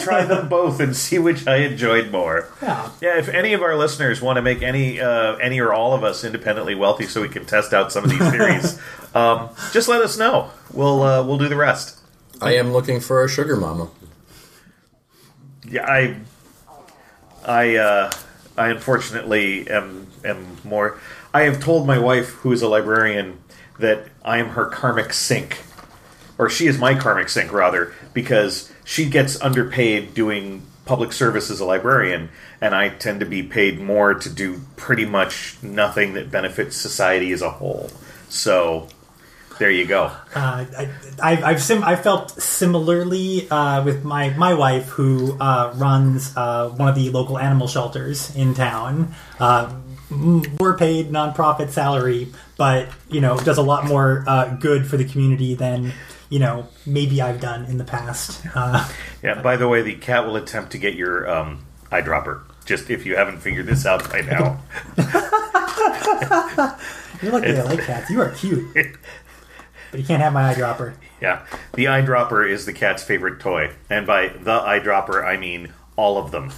[SPEAKER 2] Try them both and see which I enjoyed more.
[SPEAKER 4] Yeah.
[SPEAKER 2] Yeah, if any of our listeners want to make any uh, any or all of us independently wealthy, so we can test out some of these theories, um, just let us know. We'll uh, we'll do the rest.
[SPEAKER 6] I am looking for a sugar mama.
[SPEAKER 2] Yeah, I I uh, I unfortunately am am more. I have told my wife, who is a librarian, that I am her karmic sink, or she is my karmic sink rather, because she gets underpaid doing public service as a librarian, and I tend to be paid more to do pretty much nothing that benefits society as a whole. So, there you go.
[SPEAKER 4] Uh, I, I've, I've, sim- i felt similarly uh, with my, my wife, who uh, runs uh, one of the local animal shelters in town. Uh, m- we're paid nonprofit salary, but you know does a lot more uh, good for the community than you know maybe I've done in the past. Uh, *laughs*
[SPEAKER 2] Yeah. By the way, the cat will attempt to get your um, eyedropper. Just if you haven't figured this out by now.
[SPEAKER 4] you're lucky I like cats. You are *laughs* cute, but you can't have my eyedropper.
[SPEAKER 2] Yeah, the eyedropper is the cat's favorite toy, and by the eyedropper I mean all of them.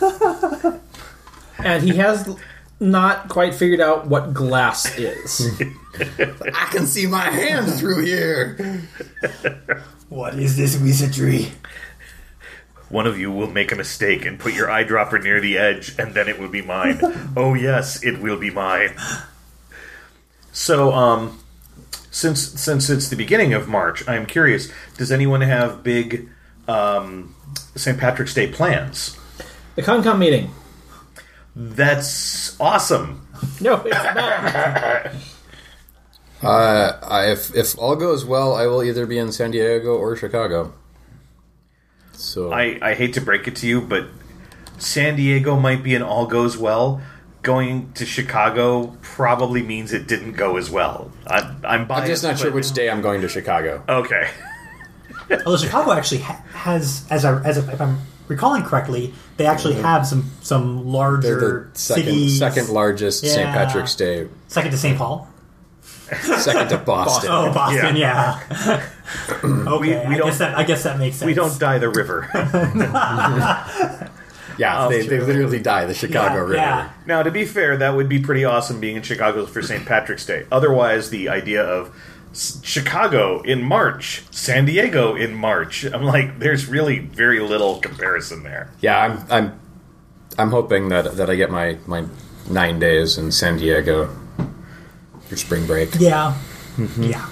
[SPEAKER 3] And he has not quite figured out what glass is.
[SPEAKER 6] I can see my hand through here.
[SPEAKER 4] What is this wizardry?
[SPEAKER 2] One of you will make a mistake and put your eyedropper near the edge, and then it will be mine. oh yes, it will be mine. So, um, since since it's the beginning of March, I'm curious: Does anyone have big um, St. Patrick's Day plans?
[SPEAKER 3] The Concom meeting.
[SPEAKER 2] That's awesome.
[SPEAKER 3] No, it's not.
[SPEAKER 6] Uh, I, if if all goes well, I will either be in San Diego or Chicago. So
[SPEAKER 2] I, I hate to break it to you, but San Diego might be an all goes well. going to Chicago probably means it didn't go as well. I'm, I'm biased.
[SPEAKER 6] I'm just not sure
[SPEAKER 2] but-
[SPEAKER 6] which day I'm going to Chicago.
[SPEAKER 2] Okay. *laughs*
[SPEAKER 4] Although Chicago actually ha- has, as I, as if I'm recalling correctly, they actually have some some
[SPEAKER 6] They're
[SPEAKER 4] larger
[SPEAKER 6] the second,
[SPEAKER 4] cities,
[SPEAKER 6] second largest St.
[SPEAKER 4] Yeah.
[SPEAKER 6] Patrick's Day,
[SPEAKER 4] second to St. Paul.
[SPEAKER 6] second
[SPEAKER 4] *laughs*
[SPEAKER 6] to Boston.
[SPEAKER 4] Oh, Boston, yeah. okay,
[SPEAKER 2] We- we
[SPEAKER 4] I
[SPEAKER 2] don't-
[SPEAKER 4] guess that I guess that makes sense.
[SPEAKER 2] We don't die the river. *laughs*
[SPEAKER 6] Yeah, they, they literally die the Chicago River.
[SPEAKER 4] Oh, Yeah.
[SPEAKER 2] now, to be fair, that would be pretty awesome being in Chicago for St. Patrick's Day. Otherwise, the idea of S- Chicago in March, San Diego in March, *laughs* I'm like, there's really very little comparison there.
[SPEAKER 6] Yeah, I'm I'm I'm hoping that that I get my my nine days in San Diego for spring break.
[SPEAKER 4] Yeah. Yeah.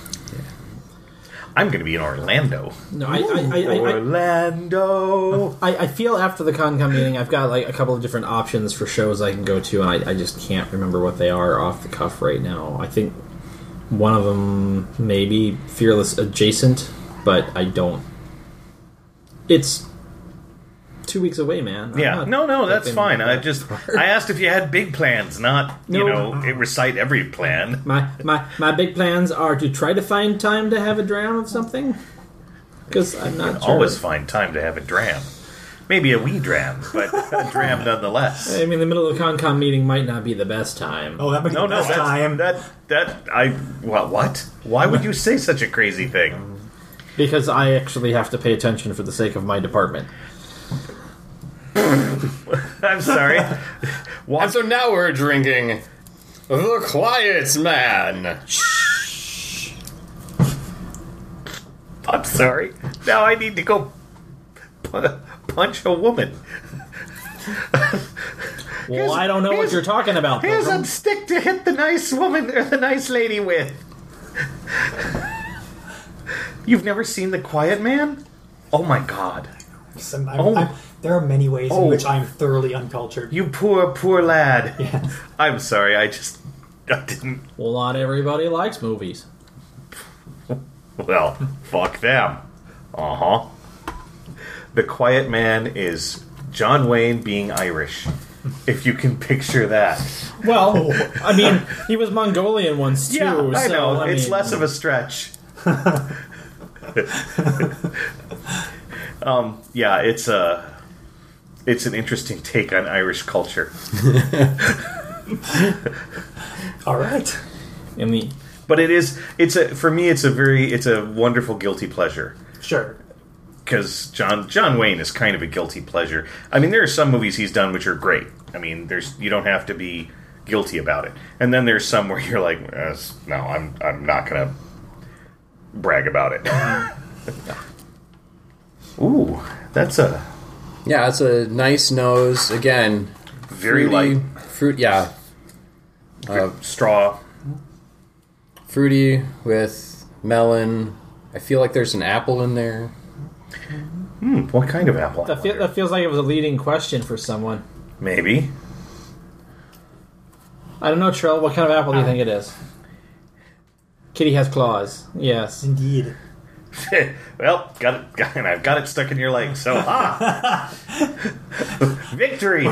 [SPEAKER 2] I'm going to be in Orlando.
[SPEAKER 3] No, I, I, I, I,
[SPEAKER 2] Orlando.
[SPEAKER 3] I, I feel after the ConCon meeting, I've got like a couple of different options for shows I can go to, and I, I just can't remember what they are off the cuff right now. I think one of them may be Fearless Adjacent, but I don't. It's two weeks away, man. I'm
[SPEAKER 2] Yeah,
[SPEAKER 3] not
[SPEAKER 2] no, no, that's
[SPEAKER 3] hoping-
[SPEAKER 2] fine. I just I asked if you had big plans, not you
[SPEAKER 3] No.
[SPEAKER 2] know it recite every plan.
[SPEAKER 3] My, my, my big plans are to try to find time to have a dram of something. Because I'm not sure.
[SPEAKER 2] Always find time to have a dram, maybe a wee dram, but a dram nonetheless.
[SPEAKER 3] I mean, the middle of the ConCon meeting might not be the best time.
[SPEAKER 4] Oh, that might be
[SPEAKER 2] No,
[SPEAKER 4] the
[SPEAKER 2] no,
[SPEAKER 4] best
[SPEAKER 2] that's,
[SPEAKER 4] time.
[SPEAKER 2] that that I well, what? Why would you say such a crazy thing?
[SPEAKER 3] Because I actually have to pay attention for the sake of my department.
[SPEAKER 2] I'm sorry.
[SPEAKER 1] And so now we're drinking the Quiet Man.
[SPEAKER 2] I'm sorry. Now I need to go pu- punch a woman.
[SPEAKER 3] Well, I don't know what
[SPEAKER 2] here's-
[SPEAKER 3] you're talking about.
[SPEAKER 2] Here's
[SPEAKER 3] Pilgrim.
[SPEAKER 2] a stick to hit the nice woman or the nice lady with. You've never seen The Quiet Man? Oh my god.
[SPEAKER 4] Some- I'm-
[SPEAKER 2] Oh.
[SPEAKER 4] I'm- there are many ways
[SPEAKER 2] Oh.
[SPEAKER 4] in which I'm thoroughly uncultured.
[SPEAKER 2] You poor, poor lad.
[SPEAKER 4] Yeah.
[SPEAKER 2] I'm sorry, I just. I didn't.
[SPEAKER 3] well, not everybody
[SPEAKER 2] *laughs*
[SPEAKER 3] likes movies.
[SPEAKER 2] Well, fuck them. Uh huh. The Quiet Man is John Wayne being Irish. If you can picture that.
[SPEAKER 3] Well, I mean, he was Mongolian once too.
[SPEAKER 2] Yeah, I
[SPEAKER 3] so,
[SPEAKER 2] know.
[SPEAKER 3] I
[SPEAKER 2] it's
[SPEAKER 3] mean,
[SPEAKER 2] less of a stretch. *laughs* um, yeah, it's a it's an interesting take on Irish culture.
[SPEAKER 4] All right.
[SPEAKER 3] I mean,
[SPEAKER 2] But it is it's a for me it's a very it's a wonderful guilty pleasure
[SPEAKER 4] Sure.
[SPEAKER 2] because John John Wayne is kind of a guilty pleasure. I mean, there are some movies he's done which are great. I mean, there's you don't have to be guilty about it. And then there's some where *laughs* you're like, "Uh, s- no, I'm I'm not gonna brag about it. *laughs* Ooh, that's a
[SPEAKER 6] Yeah, it's a nice nose. Again,
[SPEAKER 2] very
[SPEAKER 6] fruity,
[SPEAKER 2] light
[SPEAKER 6] fruit. Yeah, Uh,
[SPEAKER 2] straw.
[SPEAKER 6] fruity with melon. I feel like there's an apple in there.
[SPEAKER 2] Hmm, what kind of apple? I
[SPEAKER 3] that, feel,
[SPEAKER 2] wonder?
[SPEAKER 3] that feels like it was a leading question for someone.
[SPEAKER 2] Maybe *laughs*
[SPEAKER 3] I don't know, Trill. What kind of apple do
[SPEAKER 2] Uh.
[SPEAKER 3] you think it is? Kitty has claws.
[SPEAKER 2] *laughs*
[SPEAKER 3] Yes.
[SPEAKER 4] Indeed.
[SPEAKER 2] well, got it, *laughs* got, and I've got it stuck in your leg. So ah, victory!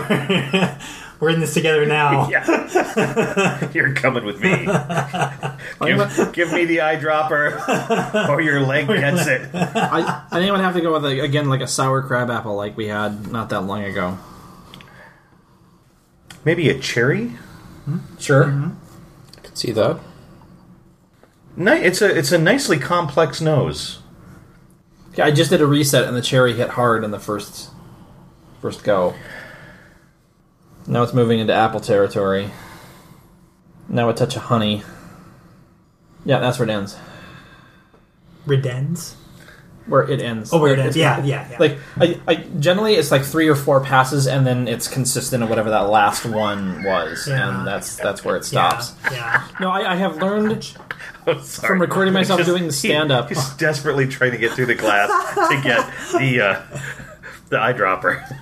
[SPEAKER 4] We're in this together
[SPEAKER 2] *laughs*
[SPEAKER 4] now.
[SPEAKER 2] Yeah, *laughs* you're coming
[SPEAKER 3] *laughs*
[SPEAKER 2] with me. give, give me the
[SPEAKER 3] *laughs*
[SPEAKER 2] eyedropper, or your leg gets it.
[SPEAKER 3] I, I think I would have to go with like, again like a sour crab apple like we had not that long ago.
[SPEAKER 2] Maybe a cherry.
[SPEAKER 3] Sure.
[SPEAKER 4] Mm-hmm.
[SPEAKER 6] Could see that.
[SPEAKER 2] Ni- it's a it's a nicely complex nose. *laughs*
[SPEAKER 3] I just did a reset and the cherry hit hard in the first first go. Now it's moving into apple territory. Now a touch of honey. Yeah, that's where it ends.
[SPEAKER 4] Redens.
[SPEAKER 3] Where it ends.
[SPEAKER 4] Oh, where it
[SPEAKER 3] Like,
[SPEAKER 4] ends.
[SPEAKER 3] it's-
[SPEAKER 4] Yeah, yeah, yeah.
[SPEAKER 3] Like I, I generally it's like three or four passes and then it's consistent of whatever that last one was,
[SPEAKER 4] Yeah.
[SPEAKER 3] and that's that's where it
[SPEAKER 4] Yeah,
[SPEAKER 3] stops.
[SPEAKER 4] Yeah.
[SPEAKER 3] No, I, I have learned
[SPEAKER 2] I'm sorry.
[SPEAKER 3] From recording myself
[SPEAKER 2] Just-
[SPEAKER 3] doing the stand-up.
[SPEAKER 2] He's desperately trying to get through the glass to get the uh, the eyedropper.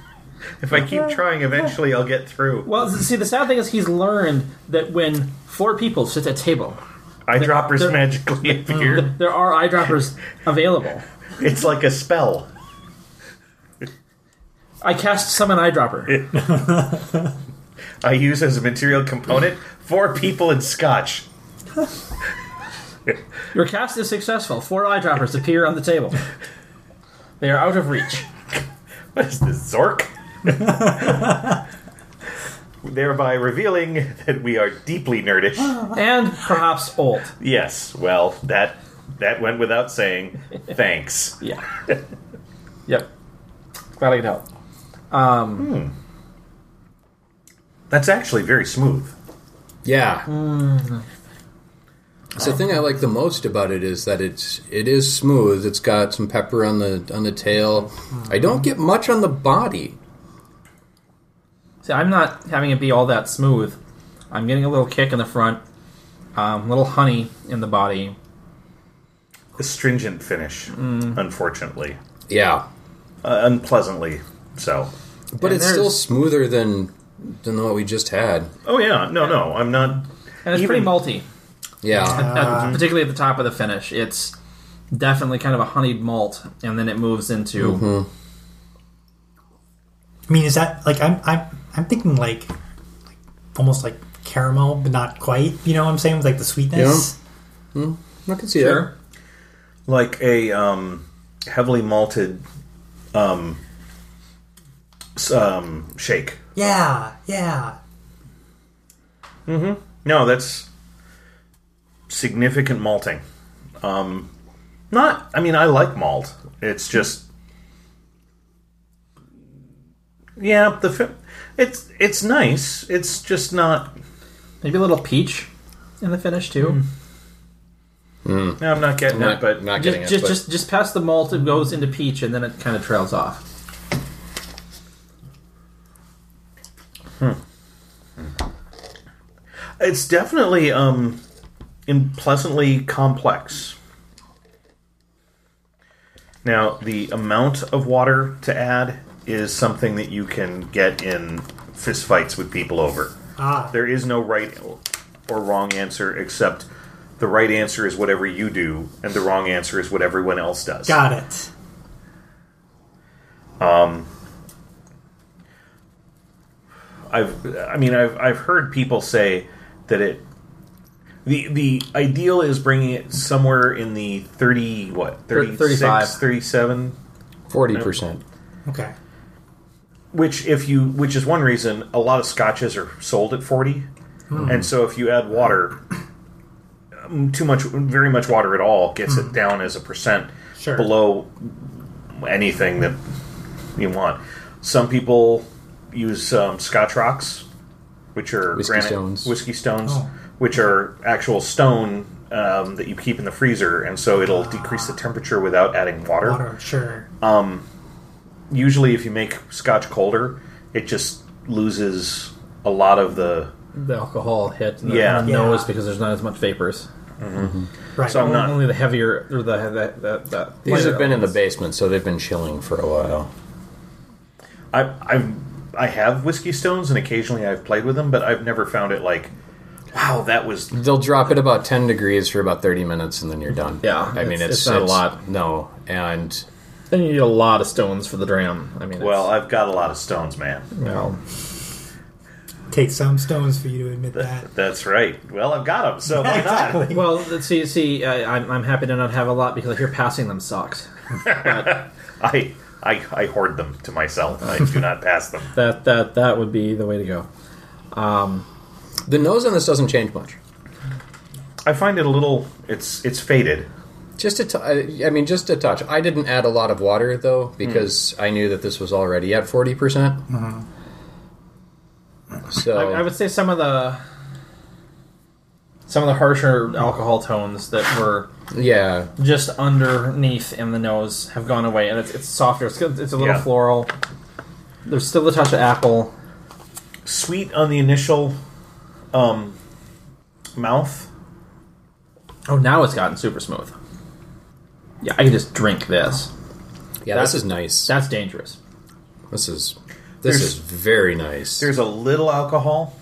[SPEAKER 2] If I keep trying, eventually I'll get through.
[SPEAKER 3] well see the sad thing is he's learned that when four people sit at a table,
[SPEAKER 2] Eyedroppers
[SPEAKER 3] They're-
[SPEAKER 2] magically
[SPEAKER 3] *laughs*
[SPEAKER 2] appear.
[SPEAKER 3] there are eyedroppers available.
[SPEAKER 2] It's like a spell.
[SPEAKER 3] I cast summon eyedropper.
[SPEAKER 2] I use as a material component for people in scotch.
[SPEAKER 3] Your cast is successful. Four eyedroppers appear on the table. They are out of reach.
[SPEAKER 2] What is this, Zork? *laughs* Thereby revealing that we are deeply nerdish.
[SPEAKER 3] And perhaps old.
[SPEAKER 2] *gasps* Yes, well, that that went without saying. Thanks.
[SPEAKER 3] Yeah. *laughs* yep. Glad I could help. Um,
[SPEAKER 2] That's actually very smooth.
[SPEAKER 6] Yeah.
[SPEAKER 3] Mm-hmm.
[SPEAKER 6] It's the thing I like the most about it is that it's it is smooth. It's got some pepper on the on the tail. I
[SPEAKER 3] Mm-hmm.
[SPEAKER 6] don't get much on the body.
[SPEAKER 3] see, I'm not having it be all that smooth. I'm getting a little kick in the front, um, little honey in the body.
[SPEAKER 2] Astringent finish, unfortunately.
[SPEAKER 6] Yeah,
[SPEAKER 2] Uh, unpleasantly so.
[SPEAKER 6] but it's
[SPEAKER 3] there's-
[SPEAKER 6] still smoother than than what we just had.
[SPEAKER 2] Oh, yeah, no, no, I'm not.
[SPEAKER 3] And it's
[SPEAKER 2] Even-
[SPEAKER 3] pretty malty,
[SPEAKER 6] Yeah,
[SPEAKER 3] at- particularly at the top of the finish. It's definitely kind of a honeyed malt, and then it moves into.
[SPEAKER 4] I mean, is that like I'm I'm I'm thinking like, like almost like caramel, but not quite. You know what I'm saying? With like the sweetness.
[SPEAKER 6] I can see
[SPEAKER 3] Sure.
[SPEAKER 2] like a um, heavily malted um, s- um, shake.
[SPEAKER 4] Yeah, yeah.
[SPEAKER 2] No, that's significant malting. Um, not, I mean, I like malt. It's just, yeah, the fi- it's it's nice. It's just not.
[SPEAKER 3] Maybe a little peach in the finish too.
[SPEAKER 2] No, I'm not getting
[SPEAKER 6] that,
[SPEAKER 2] it, but
[SPEAKER 6] not
[SPEAKER 3] Just
[SPEAKER 6] getting
[SPEAKER 3] just,
[SPEAKER 6] it. but-
[SPEAKER 3] just just past the malt, it goes into peach, and then it kind of trails off.
[SPEAKER 2] it's definitely um, in pleasantly complex. Now, the amount of water to add is something that you can get in fistfights with people over.
[SPEAKER 4] Ah,
[SPEAKER 2] There is no right or wrong answer, except the right answer is whatever you do, and the wrong answer is what everyone else does.
[SPEAKER 4] got it.
[SPEAKER 2] I've, I mean, I've, I've heard people say that it, the the ideal is bringing it somewhere in the thirty what 36,
[SPEAKER 3] 35.
[SPEAKER 2] 37,
[SPEAKER 6] forty percent.
[SPEAKER 4] Okay.
[SPEAKER 2] which if you which is one reason a lot of scotches are sold at 40
[SPEAKER 4] Hmm.
[SPEAKER 2] and so if you add water um, too much very much water at all gets it down as a percent
[SPEAKER 4] Hmm. Sure.
[SPEAKER 2] below anything that you want some people use um, scotch rocks which are
[SPEAKER 6] Whiskey stones.
[SPEAKER 2] whiskey stones
[SPEAKER 4] Oh.
[SPEAKER 2] which are actual stone um, that you keep in the freezer and so it'll decrease the temperature without adding
[SPEAKER 4] Water, sure.
[SPEAKER 2] usually if you make scotch colder, it just loses a lot of the.
[SPEAKER 3] The alcohol hit in the,
[SPEAKER 2] Yeah.
[SPEAKER 3] in the nose
[SPEAKER 4] Yeah.
[SPEAKER 3] because there's not as much vapors.
[SPEAKER 4] right.
[SPEAKER 2] So I'm not.
[SPEAKER 3] Only the heavier or the the the, the
[SPEAKER 6] These
[SPEAKER 3] lighter
[SPEAKER 6] have been in the
[SPEAKER 3] elements.
[SPEAKER 6] basement, so they've been chilling for a while.
[SPEAKER 2] I I I have whiskey stones, and occasionally I've played with them, but I've never found it like, wow, that was
[SPEAKER 6] They'll drop it about ten degrees for about thirty minutes, and then you're done.
[SPEAKER 3] Yeah,
[SPEAKER 6] I mean
[SPEAKER 3] it's-
[SPEAKER 6] it's,
[SPEAKER 3] it's not a lot.
[SPEAKER 6] No, and
[SPEAKER 3] Then you need a lot of stones for the dram. I mean, it's-
[SPEAKER 2] well. I've got a lot of stones, man.
[SPEAKER 3] well,
[SPEAKER 4] Take some stones for you to admit that.
[SPEAKER 2] That's right. *laughs* Well, I've got them,
[SPEAKER 6] *laughs*
[SPEAKER 2] so why not?
[SPEAKER 3] well, let's see, see, I, I'm, I'm happy to not have a lot because I hear passing them sucks.
[SPEAKER 2] I. I, I hoard them to myself. I do not pass
[SPEAKER 6] *laughs*
[SPEAKER 2] them.
[SPEAKER 3] That that that would be the way to go.
[SPEAKER 6] the nose on this doesn't change much.
[SPEAKER 2] I find it a little. It's it's faded.
[SPEAKER 6] Just a t- I I mean, just a touch. I didn't add a lot of water
[SPEAKER 3] Hmm.
[SPEAKER 6] though because I knew that this was already at forty percent. So
[SPEAKER 3] Mm-hmm. I, I would say some of the some of the harsher alcohol tones that were
[SPEAKER 6] yeah,
[SPEAKER 3] just underneath in the nose have gone away, and it's, it's softer. It's, good- it's a little
[SPEAKER 2] Yeah.
[SPEAKER 3] floral. There's still a touch of apple.
[SPEAKER 2] Sweet on the initial um, mouth.
[SPEAKER 3] Oh, now it's gotten super smooth. Yeah, I can just drink this.
[SPEAKER 6] yeah.
[SPEAKER 3] That's-
[SPEAKER 6] This is nice.
[SPEAKER 3] That's dangerous.
[SPEAKER 6] this is this
[SPEAKER 2] There's-
[SPEAKER 6] is very nice.
[SPEAKER 2] There's a little alcohol,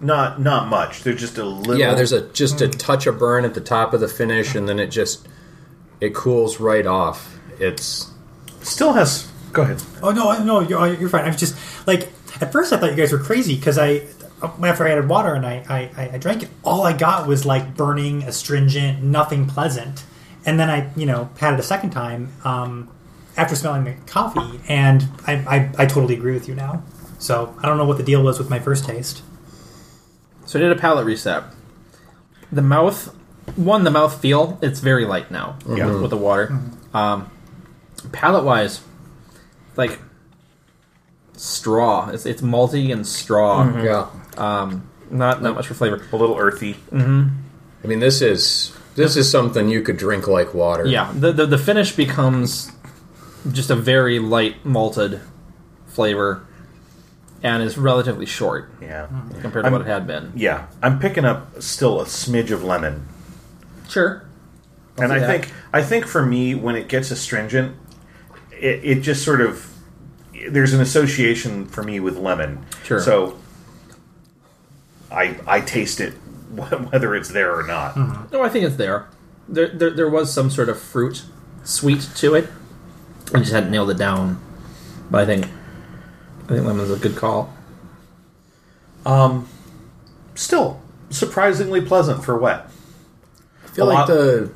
[SPEAKER 2] not not much. There's just a little.
[SPEAKER 6] Yeah, there's a just a
[SPEAKER 3] Mm-hmm.
[SPEAKER 6] touch of burn at the top of the finish, and then it just it cools right off. It's
[SPEAKER 2] still has. Go ahead.
[SPEAKER 4] Oh no, I- no, you're, you're fine. I was just like At first, I thought you guys were crazy because I, after I added water and I, I- I, I drank it, all I got was like burning, astringent, nothing pleasant. And then I, you know, had it a second time um, after smelling the coffee, and I, I, I totally agree with you now. So I don't know what the deal was with my first taste.
[SPEAKER 3] So I did a palate reset. The mouth, one, the mouth feel, it's very light now with, with the water. Um, palate wise, like straw. It's it's malty and straw.
[SPEAKER 6] Yeah.
[SPEAKER 3] Not not much for flavor.
[SPEAKER 2] A little earthy.
[SPEAKER 6] I mean, this is this is something you could drink like water.
[SPEAKER 3] Yeah, the, the the finish becomes just a very light malted flavor, and is relatively short
[SPEAKER 2] Yeah.
[SPEAKER 3] compared to what it had been.
[SPEAKER 2] Mm-hmm. Yeah. I'm picking up still a smidge of lemon.
[SPEAKER 3] Sure.
[SPEAKER 2] and
[SPEAKER 3] see
[SPEAKER 2] I
[SPEAKER 3] that.
[SPEAKER 2] think I think for me, when it gets astringent, it, it just sort of there's an association for me with lemon.
[SPEAKER 3] Sure.
[SPEAKER 2] So I I taste it *laughs* wh- whether it's there or not.
[SPEAKER 3] No, I think it's there. There, there, there was some sort of fruit sweet to it. I just hadn't nailed it down. But I think, I think lemon's a good call.
[SPEAKER 2] Still surprisingly pleasant for wet.
[SPEAKER 6] I feel
[SPEAKER 2] A
[SPEAKER 6] like
[SPEAKER 2] lot-
[SPEAKER 6] the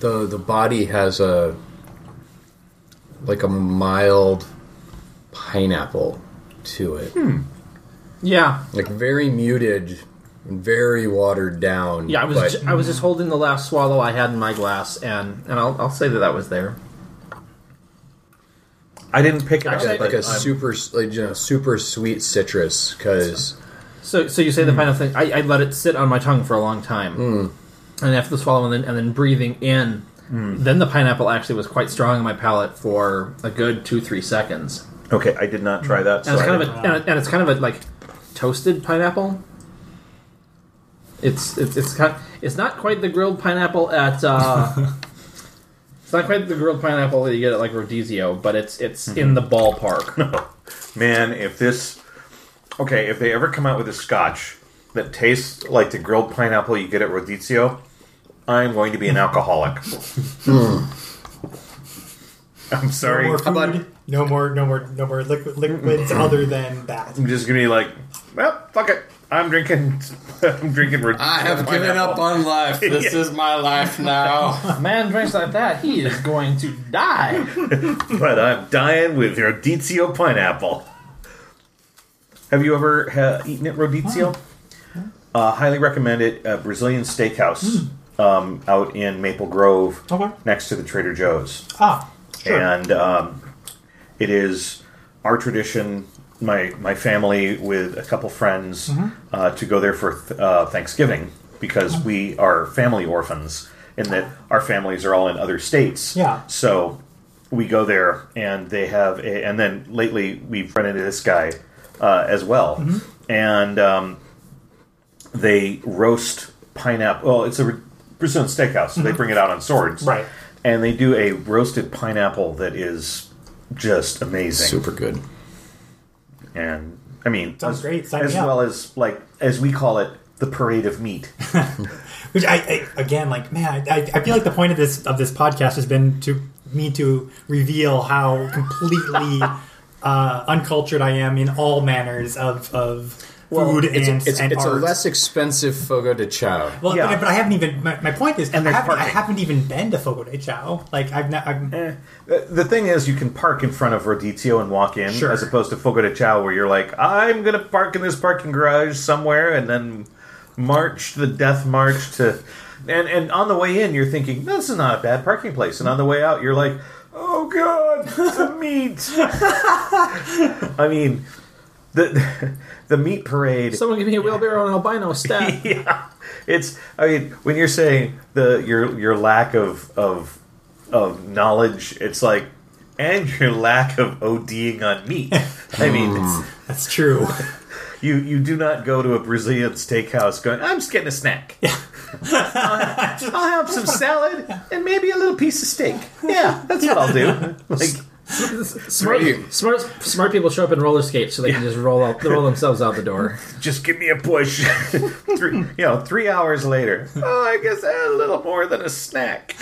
[SPEAKER 6] the the body has a like a mild pineapple to it.
[SPEAKER 3] Yeah,
[SPEAKER 6] Like very muted and very watered down.
[SPEAKER 3] yeah. I was,
[SPEAKER 6] but
[SPEAKER 3] ju- I was just holding the last swallow I had in my glass, and and I'll, I'll say that that was there.
[SPEAKER 2] I didn't pick it up.
[SPEAKER 3] Actually,
[SPEAKER 6] like,
[SPEAKER 2] but
[SPEAKER 6] a
[SPEAKER 2] I'm-
[SPEAKER 6] super like, you know, super sweet citrus cuz
[SPEAKER 3] So, so you say the final thing. I, I let it sit on my tongue for a long time, and after the swallow and then, and then breathing in, then the pineapple actually was quite strong on my palate for a good two three seconds.
[SPEAKER 2] okay. I did not try that.
[SPEAKER 3] and
[SPEAKER 2] So
[SPEAKER 3] it's
[SPEAKER 2] I
[SPEAKER 3] kind of a,
[SPEAKER 2] didn't-
[SPEAKER 3] and, it- and it's kind of a like toasted pineapple. It's it's it's kind it's not quite the grilled pineapple at. *laughs* Uh, It's not quite the grilled pineapple that you get at like Rodizio, but it's it's in the ballpark.
[SPEAKER 2] man, if this okay, if they ever come out with a scotch that tastes like the grilled pineapple you get at Rodizio, I'm going to be an alcoholic. I'm sorry.
[SPEAKER 4] No more
[SPEAKER 2] I'm
[SPEAKER 4] food. no more. No more. No more liquid, liquids other than that.
[SPEAKER 2] just gonna be like, well, fuck it. I'm drinking. *laughs* I'm drinking. Rodizio
[SPEAKER 1] I have given
[SPEAKER 2] pineapple."
[SPEAKER 1] up on life. This is my life now.
[SPEAKER 3] *laughs* A man drinks like that, he is going to die.
[SPEAKER 2] but I'm dying with Rodizio pineapple. Have you ever ha- eaten at Rodizio? Uh, highly recommend it. A Brazilian steakhouse um, out in Maple Grove,
[SPEAKER 4] Okay.
[SPEAKER 2] next to the Trader Joe's,
[SPEAKER 4] Ah, sure.
[SPEAKER 2] and um, it is our tradition. My my family with a couple friends
[SPEAKER 4] Mm-hmm.
[SPEAKER 2] uh, to go there for th- uh, Thanksgiving because we are family orphans in that our families are all in other states.
[SPEAKER 4] Yeah.
[SPEAKER 2] So we go there, and they have, a, and then lately we've run into this guy uh, as well,
[SPEAKER 4] Mm-hmm.
[SPEAKER 2] and um, they roast pineapple. Well, it's a Brazilian steakhouse, so they bring it out on swords,
[SPEAKER 4] Mm-hmm. Right.
[SPEAKER 2] And they do a roasted pineapple that is just amazing,
[SPEAKER 6] super good.
[SPEAKER 2] and I mean,
[SPEAKER 4] Sounds
[SPEAKER 2] as,
[SPEAKER 4] great, sign
[SPEAKER 2] as
[SPEAKER 4] me up.
[SPEAKER 2] well as like as we call it, the parade of meat.
[SPEAKER 4] Which I, I again, like, man, I, I feel like the point of this of this podcast has been to me to reveal how completely *laughs* uh, uncultured I am in all manners of of food and
[SPEAKER 6] It's,
[SPEAKER 4] and
[SPEAKER 6] it's a
[SPEAKER 4] art.
[SPEAKER 6] less expensive fogo de chao.
[SPEAKER 4] well,
[SPEAKER 2] Yeah.
[SPEAKER 4] but, but I haven't even. My, my point is,
[SPEAKER 2] And
[SPEAKER 4] I,
[SPEAKER 2] there's
[SPEAKER 4] haven't, I
[SPEAKER 2] parking.
[SPEAKER 4] haven't even been to Fogo de Chao. Like, I've not. I've,
[SPEAKER 6] Eh.
[SPEAKER 2] The the thing is, you can park in front of Rodizio and walk in,
[SPEAKER 4] Sure.
[SPEAKER 2] as opposed to Fogo de Chao, where you're like, I'm going to park in this parking garage somewhere, and then march the death march to. And and on the way in, you're thinking, this is not a bad parking place. And on the way out, you're like, oh god, the meat. I mean, the *laughs* the meat parade.
[SPEAKER 3] *laughs* Someone give me a wheelbarrow and albino stat.
[SPEAKER 2] yeah, it's. I mean, when you're saying the your your lack of of of knowledge, it's like, and your lack of ODing on meat. I mean, it's,
[SPEAKER 6] *laughs*
[SPEAKER 4] that's true.
[SPEAKER 2] you you do not go to a Brazilian steakhouse going, I'm just getting a snack. I'll, I'll have some salad and maybe a little piece of steak. Yeah, that's what I'll do. Like,
[SPEAKER 3] Smart,
[SPEAKER 1] Great.
[SPEAKER 3] smart, smart people show up in roller skates so they can just roll out, roll themselves out the door.
[SPEAKER 2] just give me a push. *laughs* three, you know, three hours later. Oh, I guess I had a little more than a snack.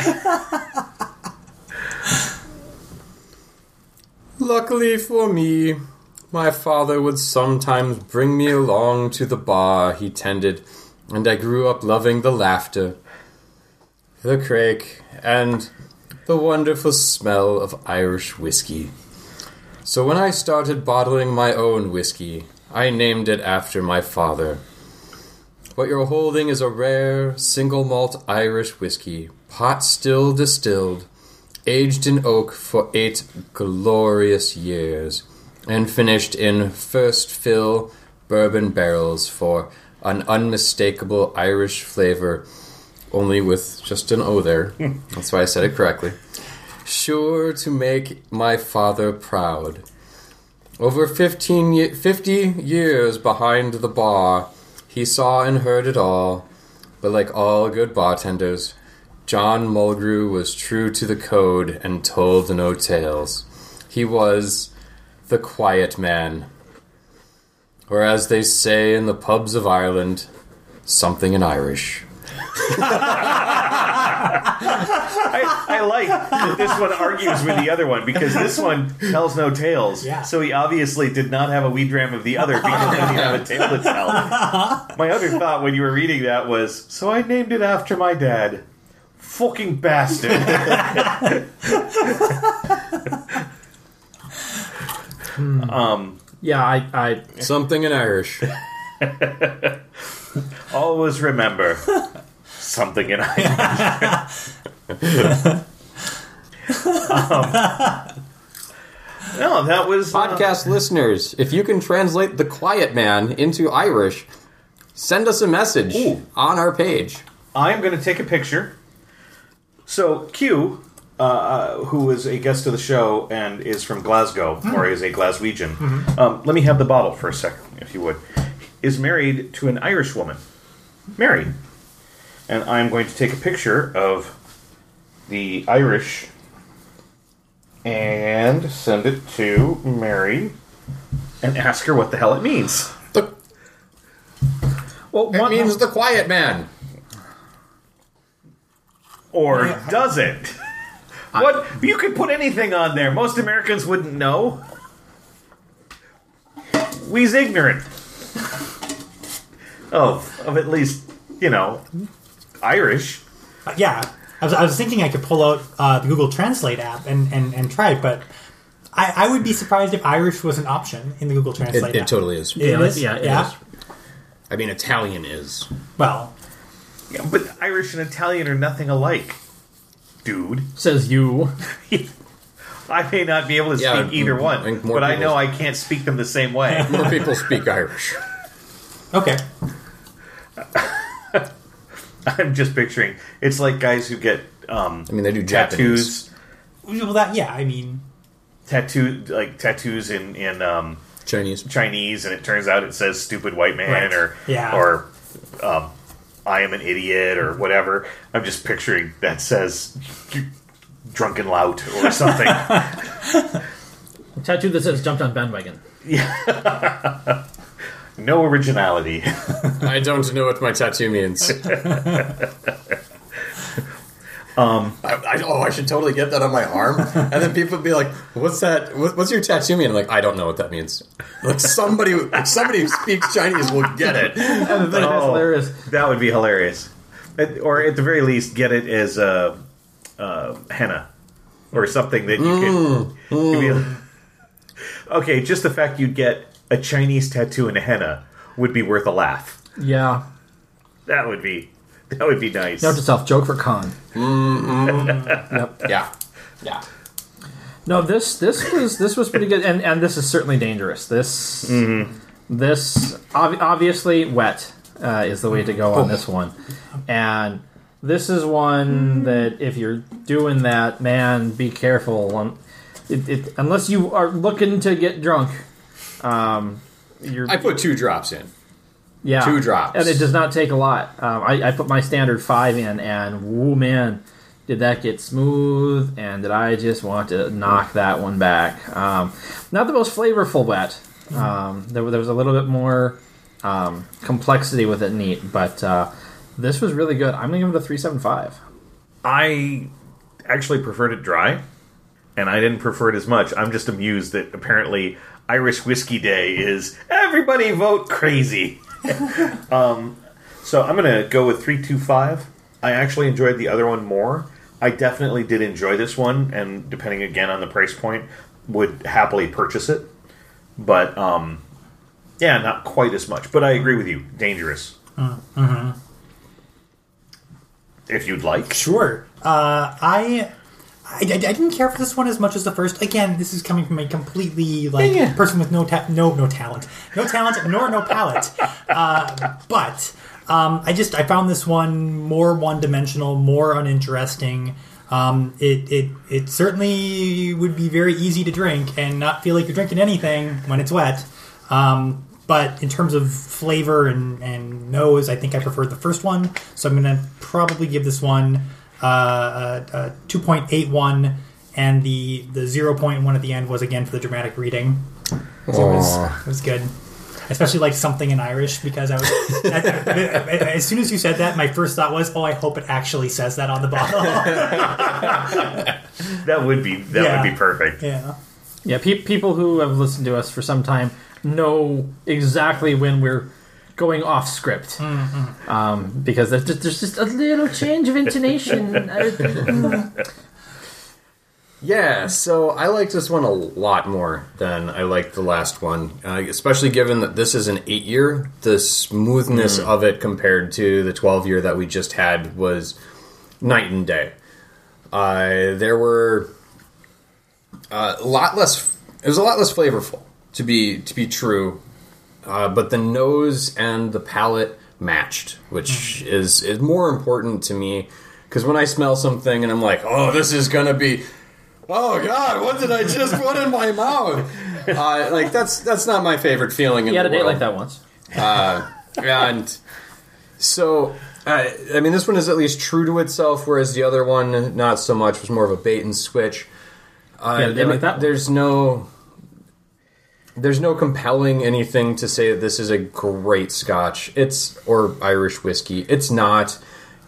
[SPEAKER 6] Luckily for me, My father would sometimes bring me along to the bar he tended, and I grew up loving the laughter, the crake, and the wonderful smell of Irish whiskey. So when I started bottling my own whiskey, I named it after my father. What you're holding is a rare single malt Irish whiskey, pot still distilled, aged in oak for eight glorious years, and finished in first fill bourbon barrels for an unmistakable Irish flavor, only with just an O there. That's why I said it correctly. Sure to make my father proud. Over 15 ye- 50 years behind the bar, he saw and heard it all, but like all good bartenders, John Mulgrew was true to the code and told no tales. He was the quiet man. Or as they say in the pubs of Ireland, something in Irish.
[SPEAKER 2] I, I like that this one argues with the other one because this one tells no tales.
[SPEAKER 4] Yeah.
[SPEAKER 2] So he obviously did not have a wee dram of the other because it didn't have a tale to tell. My other thought when you were reading that was so I named it after my dad. Fucking bastard.
[SPEAKER 3] Yeah, I, I
[SPEAKER 6] Something in Irish.
[SPEAKER 2] Always remember something in Irish. *laughs* Um, no, that was uh,
[SPEAKER 6] Podcast listeners, if you can translate The Quiet Man into Irish, send us a message
[SPEAKER 2] Ooh.
[SPEAKER 6] on our page.
[SPEAKER 2] I'm going to take a picture. So Q, uh, uh, who is a guest of the show and is from Glasgow or is a Glaswegian, um, let me have the bottle for a second, if you would, is married to an Irish woman, Mary, and I'm going to take a picture of the Irish and send it to Mary and ask her what the hell it means.
[SPEAKER 6] The,
[SPEAKER 3] well
[SPEAKER 6] it
[SPEAKER 3] one
[SPEAKER 6] means The Quiet Man.
[SPEAKER 2] or does it? What you could put anything on there. Most Americans wouldn't know. We's ignorant Oh, of of at least you know Irish.
[SPEAKER 4] Uh, yeah, I was, I was thinking I could pull out uh, the Google Translate app and, and, and try it, but I, I would be surprised if Irish was an option in the Google
[SPEAKER 6] It,
[SPEAKER 4] Translate.
[SPEAKER 6] it
[SPEAKER 4] app.
[SPEAKER 6] totally is.
[SPEAKER 4] It
[SPEAKER 3] Yeah,
[SPEAKER 4] is?
[SPEAKER 3] yeah, it is.
[SPEAKER 6] I mean, Italian is.
[SPEAKER 4] Well,
[SPEAKER 2] Yeah, but Irish and Italian are nothing alike, dude.
[SPEAKER 3] says you.
[SPEAKER 2] I may not be able to
[SPEAKER 6] Yeah,
[SPEAKER 2] speak either
[SPEAKER 6] I
[SPEAKER 2] one,
[SPEAKER 6] think more
[SPEAKER 2] but I
[SPEAKER 6] people-
[SPEAKER 2] know I can't speak them the same
[SPEAKER 6] *laughs*
[SPEAKER 2] way. *laughs*
[SPEAKER 6] More people speak Irish.
[SPEAKER 4] okay.
[SPEAKER 2] I'm just picturing it's like guys who get um,
[SPEAKER 6] I mean, they do Japanese.
[SPEAKER 2] tattoos.
[SPEAKER 4] Well, that yeah, I mean,
[SPEAKER 2] tattoo like tattoos in in um,
[SPEAKER 6] Chinese.
[SPEAKER 2] Chinese, and it turns out it says "stupid white man"
[SPEAKER 4] Right.
[SPEAKER 2] or
[SPEAKER 4] Yeah.
[SPEAKER 2] or um, "I am an idiot" or whatever. I'm just picturing that says "drunken lout" or
[SPEAKER 4] *laughs*
[SPEAKER 2] something.
[SPEAKER 3] Tattoo that says jumped on bandwagon.
[SPEAKER 2] no originality.
[SPEAKER 6] *laughs* I don't know what my tattoo means. um, I, I, oh, I should totally get that on my arm, and then people would be like, "What's that? What, what's your tattoo mean?" I'm like, I don't know what that means. Like somebody, somebody who speaks Chinese will get it.
[SPEAKER 3] And then
[SPEAKER 2] *laughs*
[SPEAKER 3] that's
[SPEAKER 2] Oh,
[SPEAKER 3] hilarious.
[SPEAKER 2] That would be hilarious. At- or at the very least, get it as uh, uh, henna or something that you
[SPEAKER 4] Mm.
[SPEAKER 2] could. you'd be like- *laughs* okay, just the fact you'd get a Chinese tattoo in a henna would be worth a laugh.
[SPEAKER 3] Yeah.
[SPEAKER 2] That would be that would be nice.
[SPEAKER 3] Note to self, joke for con.
[SPEAKER 6] Yeah,
[SPEAKER 3] Yeah. No, this this was this was pretty good, and and this is certainly dangerous. This
[SPEAKER 6] Mm-hmm.
[SPEAKER 3] this ob- obviously wet uh, is the way to go on
[SPEAKER 6] Oh.
[SPEAKER 3] this one, and this is one that if you're doing that, man, be careful. Um, it, it, unless you are looking to get drunk, um, you're
[SPEAKER 6] I put two drops in.
[SPEAKER 3] yeah.
[SPEAKER 6] Two drops.
[SPEAKER 3] And it does not take a lot. Um, I, I put my standard five in, and woo, man, did that get smooth, and did I just want to knock that one back. Um, not the most flavorful wet. Um, there, there was a little bit more um, complexity with it neat, but uh, this was really good. I'm going to give it a 375.
[SPEAKER 2] I actually preferred it dry, and I didn't prefer it as much. I'm just amused that apparently Irish Whiskey Day is everybody vote crazy. *laughs* Um, So I'm gonna go with three two five. I actually enjoyed the other one more. I definitely did enjoy this one, and depending again on the price point, would happily purchase it. But um, yeah, not quite as much. But I agree with you. Dangerous. If you'd like,
[SPEAKER 4] Sure. Uh, I, I I didn't care for this one as much as the first. Again, this is coming from a completely like
[SPEAKER 2] Yeah, yeah.
[SPEAKER 4] person with no ta- no no talent, no talent nor no palate. Uh, but um, I just I found this one more one dimensional, more uninteresting. Um, it, it it certainly would be very easy to drink and not feel like you're drinking anything when it's wet. Um, but in terms of flavor and, and nose, I think I preferred the first one. So I'm going to probably give this one uh, uh, uh, 2.81, and the, the 0.1 at the end was again for the dramatic reading. So it was, it was good. I Especially like something in Irish because I was as soon as you said that, my first thought was, oh, I hope it actually says that on the bottle.
[SPEAKER 2] that would be that
[SPEAKER 4] Yeah.
[SPEAKER 2] would be perfect.
[SPEAKER 4] yeah,
[SPEAKER 3] Yeah, pe- people who have listened to us for some time know exactly when we're going off script um, because there's just, there's just a little change of *laughs* intonation. Uh,
[SPEAKER 6] Yeah, so I like this one a lot more than I liked the last one, uh, especially given that this is an eight year. The smoothness of it compared to the 12 year that we just had was night and day. Uh, there were uh, a lot less. It was a lot less flavorful, to be to be true. Uh, but the nose and the palate matched, which
[SPEAKER 3] Mm.
[SPEAKER 6] is is more important to me. Because when I smell something and I'm like, "Oh, this is gonna be," oh God, what did I just put in my
[SPEAKER 3] *laughs*
[SPEAKER 6] mouth? Uh, like that's that's not my favorite feeling. In
[SPEAKER 3] you had
[SPEAKER 6] the
[SPEAKER 3] a date
[SPEAKER 6] world
[SPEAKER 3] like that once.
[SPEAKER 6] and so uh, I mean, this one is at least true to itself, whereas the other one, not so much. Was more of a bait and switch. Uh,
[SPEAKER 3] Yeah, they like that one.
[SPEAKER 6] There's no, there's no compelling anything to say that this is a great Scotch. It's or Irish whiskey. It's not.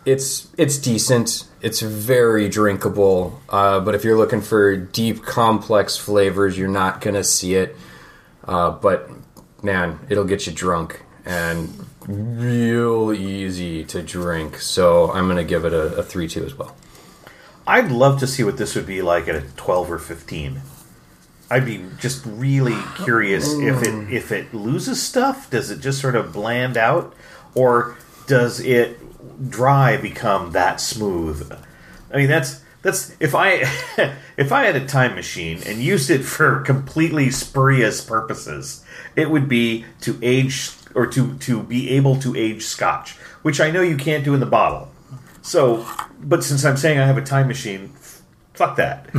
[SPEAKER 6] It's it's decent. It's very drinkable. Uh, but if you're looking for deep, complex flavors, you're not gonna see it. Uh, but man, it'll get you drunk and real easy to drink. So I'm gonna give it a, a three two as well.
[SPEAKER 2] I'd love to see what this would be like at a twelve or fifteen. I'd be just really curious if it if it loses stuff. Does it just sort of bland out, or does it dry become that smooth? I mean, that's that's if I *laughs* if I had a time machine and used it for completely spurious purposes, it would be to age or to to be able to age Scotch, which I know you can't do in the bottle. So, but since I'm saying I have a time machine, f- fuck that.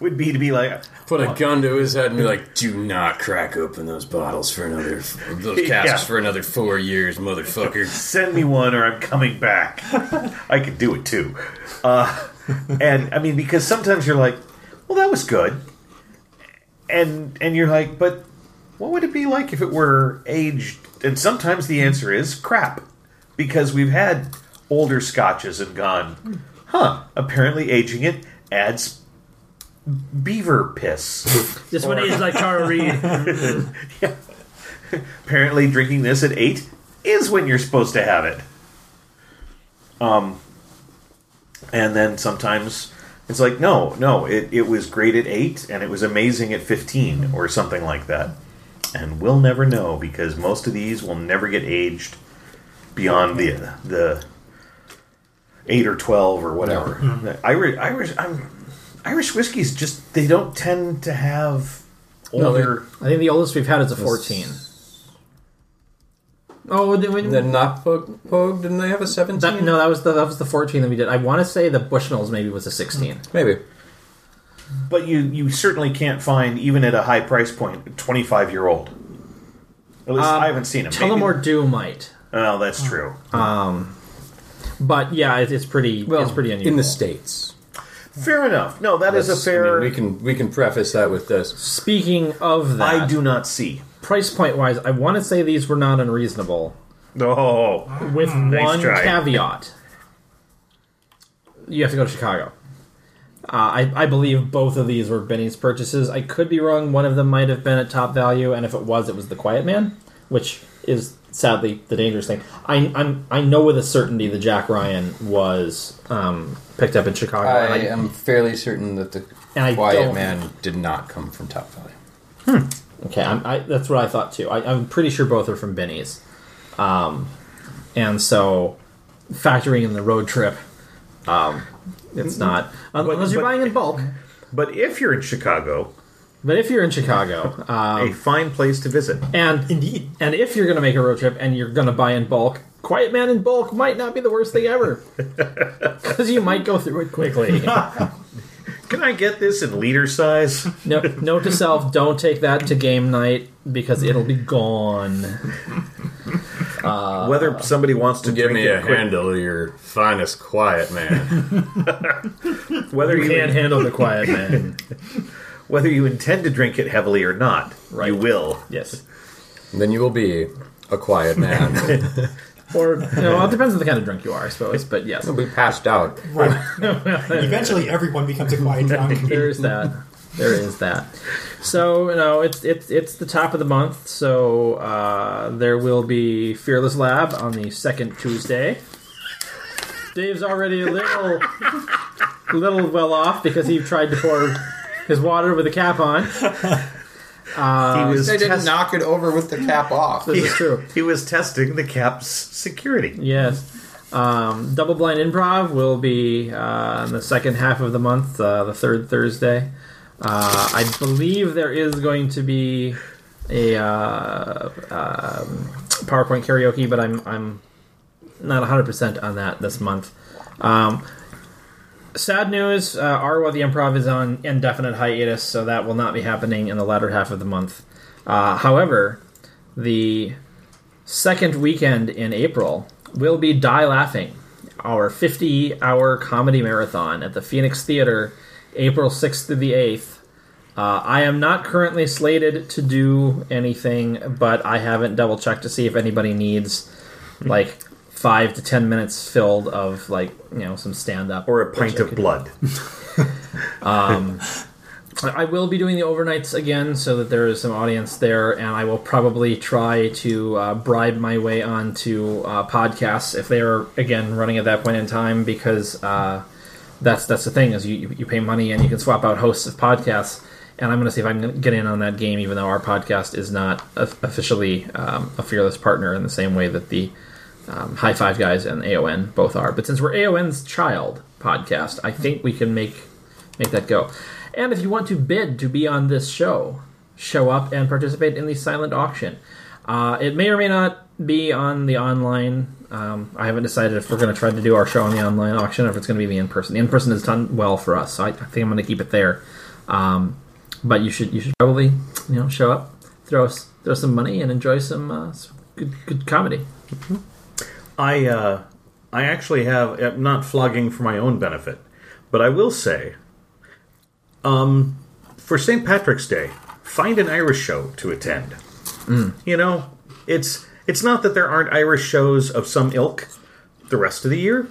[SPEAKER 2] would be to be like,
[SPEAKER 6] Put a gun to his head and be like, "Do not crack open those bottles for another those
[SPEAKER 2] Yeah.
[SPEAKER 6] casks for another four years, motherfucker."
[SPEAKER 2] send me one or I'm coming back. I could do it too. Uh, and I mean, because sometimes you're like, well, that was good, and and you're like, but what would it be like if it were aged? And sometimes the answer is crap, because we've had older scotches and gone, huh? Apparently, aging it adds beaver piss.
[SPEAKER 3] This one is like Tara Reid.
[SPEAKER 2] apparently drinking this at eight is when you're supposed to have it. Um, and then sometimes it's like, no, no, it, it was great at eight and it was amazing at 15 or something like that. And we'll never know because most of these will never get aged beyond the the eight or 12 or whatever. Irish, Irish, I'm, Irish whiskeys just, they don't tend to have
[SPEAKER 3] No,
[SPEAKER 2] older.
[SPEAKER 3] *laughs* I think the oldest we've had is a 14. Oh, did we,
[SPEAKER 6] The Nopog, Pog, didn't they have a seventeen?
[SPEAKER 3] that, no, that was the that was the 14 that we did. I want to say the Bushnells maybe was a 16.
[SPEAKER 6] Maybe.
[SPEAKER 2] But you you certainly can't find even at a high price point twenty five year old. At least
[SPEAKER 6] Um,
[SPEAKER 2] I haven't seen them.
[SPEAKER 3] Tullamore Dew might,
[SPEAKER 2] Oh, that's true.
[SPEAKER 3] but yeah, it, it's pretty it's pretty unusual.
[SPEAKER 6] in the states.
[SPEAKER 2] fair enough. No, that is a
[SPEAKER 6] That's- I mean,
[SPEAKER 2] fair. I,
[SPEAKER 6] we can we can preface that with this.
[SPEAKER 3] Speaking of that,
[SPEAKER 2] do not see.
[SPEAKER 3] price point wise, I want to say these were not unreasonable,
[SPEAKER 2] Oh,
[SPEAKER 3] with one
[SPEAKER 2] try.
[SPEAKER 3] caveat. You have to go to Chicago. Uh, I, I believe both of these were Benny's purchases. I could be wrong. One of them might have been at top value, and if it was, it was the Quiet Man, which is sadly the dangerous thing. I I'm, I know with a certainty that Jack Ryan was um, picked up in Chicago.
[SPEAKER 6] uh,
[SPEAKER 3] and
[SPEAKER 1] I am fairly certain that the
[SPEAKER 3] And I
[SPEAKER 1] Quiet
[SPEAKER 3] don't-
[SPEAKER 1] Man did not come from Top Valley.
[SPEAKER 3] Okay, I'm, I, that's what I thought too. I, I'm pretty sure both are from Benny's, um, and so factoring in the road trip, um, it's not un-
[SPEAKER 2] But-
[SPEAKER 3] unless you're
[SPEAKER 2] but-
[SPEAKER 3] buying in bulk.
[SPEAKER 2] But if you're in Chicago,
[SPEAKER 3] But if you're in Chicago, uh,
[SPEAKER 6] Um,
[SPEAKER 2] a fine place to visit.
[SPEAKER 3] and
[SPEAKER 4] Indeed.
[SPEAKER 3] and if you're going to make a road trip and you're going to buy in bulk, Quiet Man in bulk might not be the worst thing ever because you might go through it quickly.
[SPEAKER 2] Can I get this in liter size?
[SPEAKER 3] No, note to self: don't take that to game night because it'll be gone.
[SPEAKER 2] Whether somebody wants to
[SPEAKER 6] Uh, Give
[SPEAKER 2] drink
[SPEAKER 6] me
[SPEAKER 2] it
[SPEAKER 6] a
[SPEAKER 2] quick-
[SPEAKER 6] handle of your finest quiet man.
[SPEAKER 2] whether
[SPEAKER 3] You
[SPEAKER 2] you
[SPEAKER 3] can't handle the Quiet Man.
[SPEAKER 2] whether you intend to drink it heavily or not,
[SPEAKER 3] Right.
[SPEAKER 2] you will.
[SPEAKER 3] Yes.
[SPEAKER 6] *laughs* then you will be a quiet man.
[SPEAKER 3] Or you know, well, it depends on the kind of drunk you are, I suppose. But yes,
[SPEAKER 6] You'll be passed out.
[SPEAKER 4] Right. Eventually, everyone becomes a quiet drunk.
[SPEAKER 3] there is that. There is that. So you know, it's it's it's the top of the month. So uh, there will be Fearless Lab on the second Tuesday. Dave's already a little little well off because he tried to pour his water with a cap on.
[SPEAKER 6] Uh,
[SPEAKER 2] he was
[SPEAKER 1] They didn't
[SPEAKER 2] test-
[SPEAKER 1] knock it over with the cap off.
[SPEAKER 3] This is true.
[SPEAKER 2] he was testing the cap's security.
[SPEAKER 3] Yes. Um, Double Blind Improv will be uh, in the second half of the month, uh, the third Thursday. Uh, I believe there is going to be a uh, um, PowerPoint karaoke, but I'm I'm not 100% on that this month. Um, sad news uh, Arwa the Improv is on indefinite hiatus, so that will not be happening in the latter half of the month. Uh, however, the second weekend in April will be Die Laughing, our 50 hour comedy marathon at the Phoenix Theater, April 6th through the 8th. Uh, I am not currently slated to do anything, but I haven't double checked to see if anybody needs like five to ten minutes filled of like you know some stand up
[SPEAKER 2] Or a pint of blood.
[SPEAKER 3] I will be doing the overnights again so that there is some audience there, and I will probably try to uh, bribe my way onto uh, podcasts if they are again running at that point in time because uh, that's that's the thing is you, you- you pay money and you can swap out hosts of podcasts, and I'm going to see if I can get in on that game even though our podcast is not of- officially um, a fearless partner in the same way that the um, High Five Guys and AON both are. But since we're AON's child podcast, I think we can make make that go. And if you want to bid to be on this show, show up and participate in the silent auction. Uh, it may or may not be on the online. Um, I haven't decided if we're going to try to do our show on the online auction or if it's going to be the in person. The in person has done well for us, so I, I think I'm going to keep it there. Um, but you should you should probably you know show up, throw s- throw some money, and enjoy some, uh, some good good comedy.
[SPEAKER 2] I uh, I actually have I'm not flogging for my own benefit, but I will say, um, for St. Patrick's Day, find an Irish show to attend. You know, it's it's not that there aren't Irish shows of some ilk the rest of the year,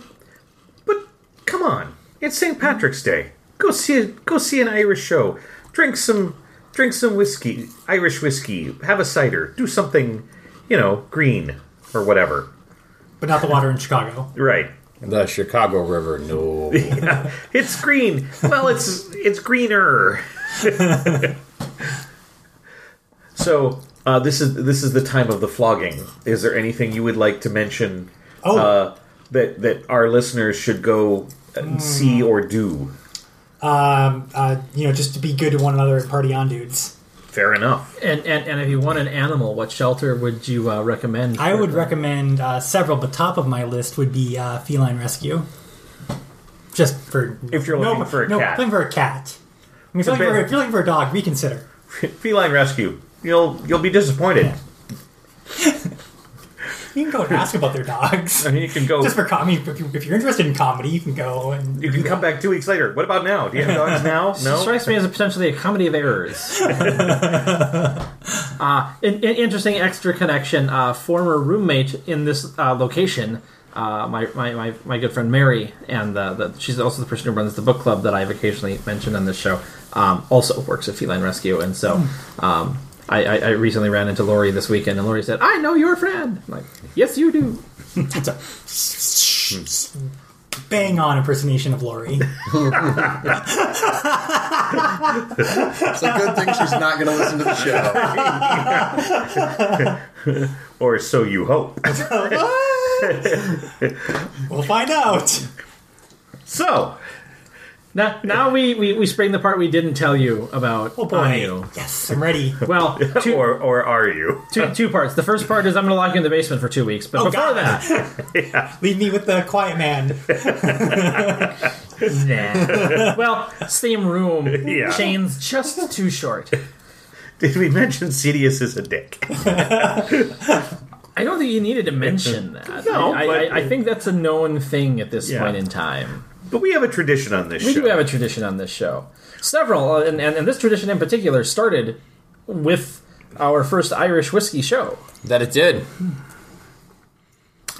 [SPEAKER 2] but come on, it's St. Patrick's Day. Go see it. Go see an Irish show. Drink some. Drink some whiskey, Irish whiskey. Have a cider. Do something, you know, green or whatever.
[SPEAKER 4] but not the water in Chicago.
[SPEAKER 2] Right.
[SPEAKER 6] The Chicago River, no.
[SPEAKER 2] It's green. Well, it's it's greener. *laughs* so uh, this is this is the time of the flogging. Is there anything you would like to mention
[SPEAKER 4] Oh.
[SPEAKER 2] uh, that that our listeners should go uh see or do?
[SPEAKER 4] Um, uh, you know, just to be good to one another and party on, dudes.
[SPEAKER 2] Fair enough.
[SPEAKER 3] And, and and if you want an animal, what shelter would you uh, recommend?
[SPEAKER 4] I
[SPEAKER 3] for
[SPEAKER 4] would
[SPEAKER 3] them?
[SPEAKER 4] recommend uh, several, but top of my list would be uh, feline rescue. Just for
[SPEAKER 2] If you're
[SPEAKER 4] no,
[SPEAKER 2] looking for a
[SPEAKER 4] no,
[SPEAKER 2] cat.
[SPEAKER 4] looking for a cat. I mean, if,
[SPEAKER 2] a
[SPEAKER 4] you're looking for,
[SPEAKER 2] bit-
[SPEAKER 4] if you're looking for a dog, reconsider.
[SPEAKER 2] Feline rescue. You'll you'll be disappointed.
[SPEAKER 4] You can go and ask about their dogs.
[SPEAKER 2] *laughs* I mean, you can go.
[SPEAKER 4] Just for comedy, if, you, if you're interested in comedy, you can go and
[SPEAKER 2] You can come back two weeks later. What about now? Do you have dogs *laughs* now?
[SPEAKER 3] It
[SPEAKER 2] No.
[SPEAKER 3] strikes me as a potentially a comedy of
[SPEAKER 4] *laughs*
[SPEAKER 3] errors. uh, an, an interesting extra connection. Uh, former roommate in this uh, location uh, my, my, my, my good friend Mary, and uh the, she's also the person who runs the book club that I've occasionally mentioned on this show, um, also works at Feline Rescue. And so
[SPEAKER 4] Hmm.
[SPEAKER 3] um, I, I, I recently ran into Lori this weekend, and Lori said, I know your friend. I'm like, yes, you do. So,
[SPEAKER 4] Bang on impersonation
[SPEAKER 2] *laughs*
[SPEAKER 4] of Lori.
[SPEAKER 6] It's a good thing she's not going to listen to the show.
[SPEAKER 2] Or so you hope.
[SPEAKER 4] we'll find out.
[SPEAKER 2] *laughs* so,
[SPEAKER 3] now now we, we, we spring the part we didn't tell you about
[SPEAKER 4] Oh boy.
[SPEAKER 3] Anu.
[SPEAKER 4] Yes, I'm ready.
[SPEAKER 3] Well, two,
[SPEAKER 2] or or are you?
[SPEAKER 3] two, two parts. The first part is I'm going to lock you in the basement for two weeks. But
[SPEAKER 4] Oh,
[SPEAKER 3] before
[SPEAKER 4] God.
[SPEAKER 3] that,
[SPEAKER 4] Leave me with the quiet man.
[SPEAKER 3] nah. well, same room,
[SPEAKER 2] Yeah.
[SPEAKER 3] chains just too short.
[SPEAKER 2] Did we mention Sidious is a dick?
[SPEAKER 3] I don't think you needed to mention that.
[SPEAKER 2] No,
[SPEAKER 3] I, I-
[SPEAKER 2] but-
[SPEAKER 3] I, I think that's a known thing at this
[SPEAKER 2] Yeah.
[SPEAKER 3] point in time.
[SPEAKER 2] But we have a tradition on this
[SPEAKER 3] We
[SPEAKER 2] show.
[SPEAKER 3] do have a tradition on this show. Several, uh, and, and, and this tradition in particular started with our first Irish whiskey show.
[SPEAKER 6] That it did.
[SPEAKER 2] and,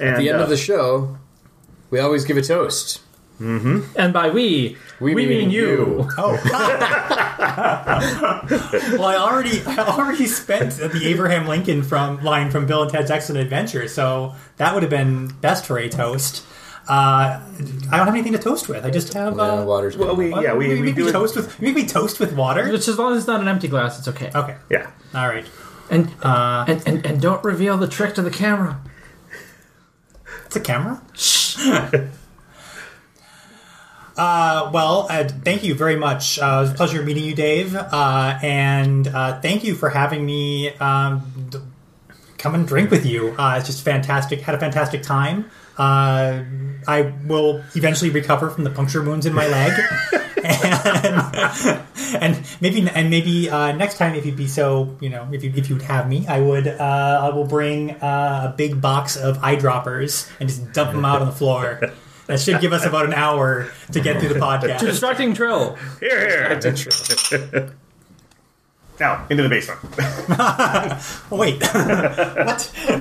[SPEAKER 6] At the end
[SPEAKER 2] uh,
[SPEAKER 6] of the show, we always give a toast.
[SPEAKER 3] And by we,
[SPEAKER 6] We mean you.
[SPEAKER 2] Oh.
[SPEAKER 4] *laughs* Well, I already, I already spent the Abraham Lincoln from line from Bill and Ted's Excellent Adventure, so that would have been best for a toast. Uh, I don't have anything to toast with. I just have.
[SPEAKER 6] Yeah,
[SPEAKER 4] Uh,
[SPEAKER 6] water's
[SPEAKER 2] well, we,
[SPEAKER 4] what?
[SPEAKER 2] yeah, we,
[SPEAKER 4] You
[SPEAKER 2] we,
[SPEAKER 4] make
[SPEAKER 2] do
[SPEAKER 4] me
[SPEAKER 2] it.
[SPEAKER 4] toast with. You make me toast with water.
[SPEAKER 3] Which, as long as it's not an empty glass, it's okay.
[SPEAKER 4] Okay.
[SPEAKER 2] Yeah.
[SPEAKER 4] All right.
[SPEAKER 3] And, and, and and don't reveal the trick to the camera.
[SPEAKER 4] It's a camera.
[SPEAKER 2] *laughs*
[SPEAKER 4] Uh, well, uh, thank you very much. Uh, it was a pleasure meeting you, Dave, uh, and uh, thank you for having me um, d- come and drink with you. Uh, it's just fantastic. Had a fantastic time. Uh, I will eventually recover from the puncture wounds in my leg, *laughs* and, and maybe and maybe uh, next time, if you'd be so, you know, if you if you would have me, I would. Uh, I will bring uh, a big box of eyedroppers and just dump them out on the floor. That should give us about an hour to get through the podcast.
[SPEAKER 3] Distracting Trill.
[SPEAKER 2] Here, here. *laughs* now, into the basement.
[SPEAKER 4] Oh, wait, *laughs* what?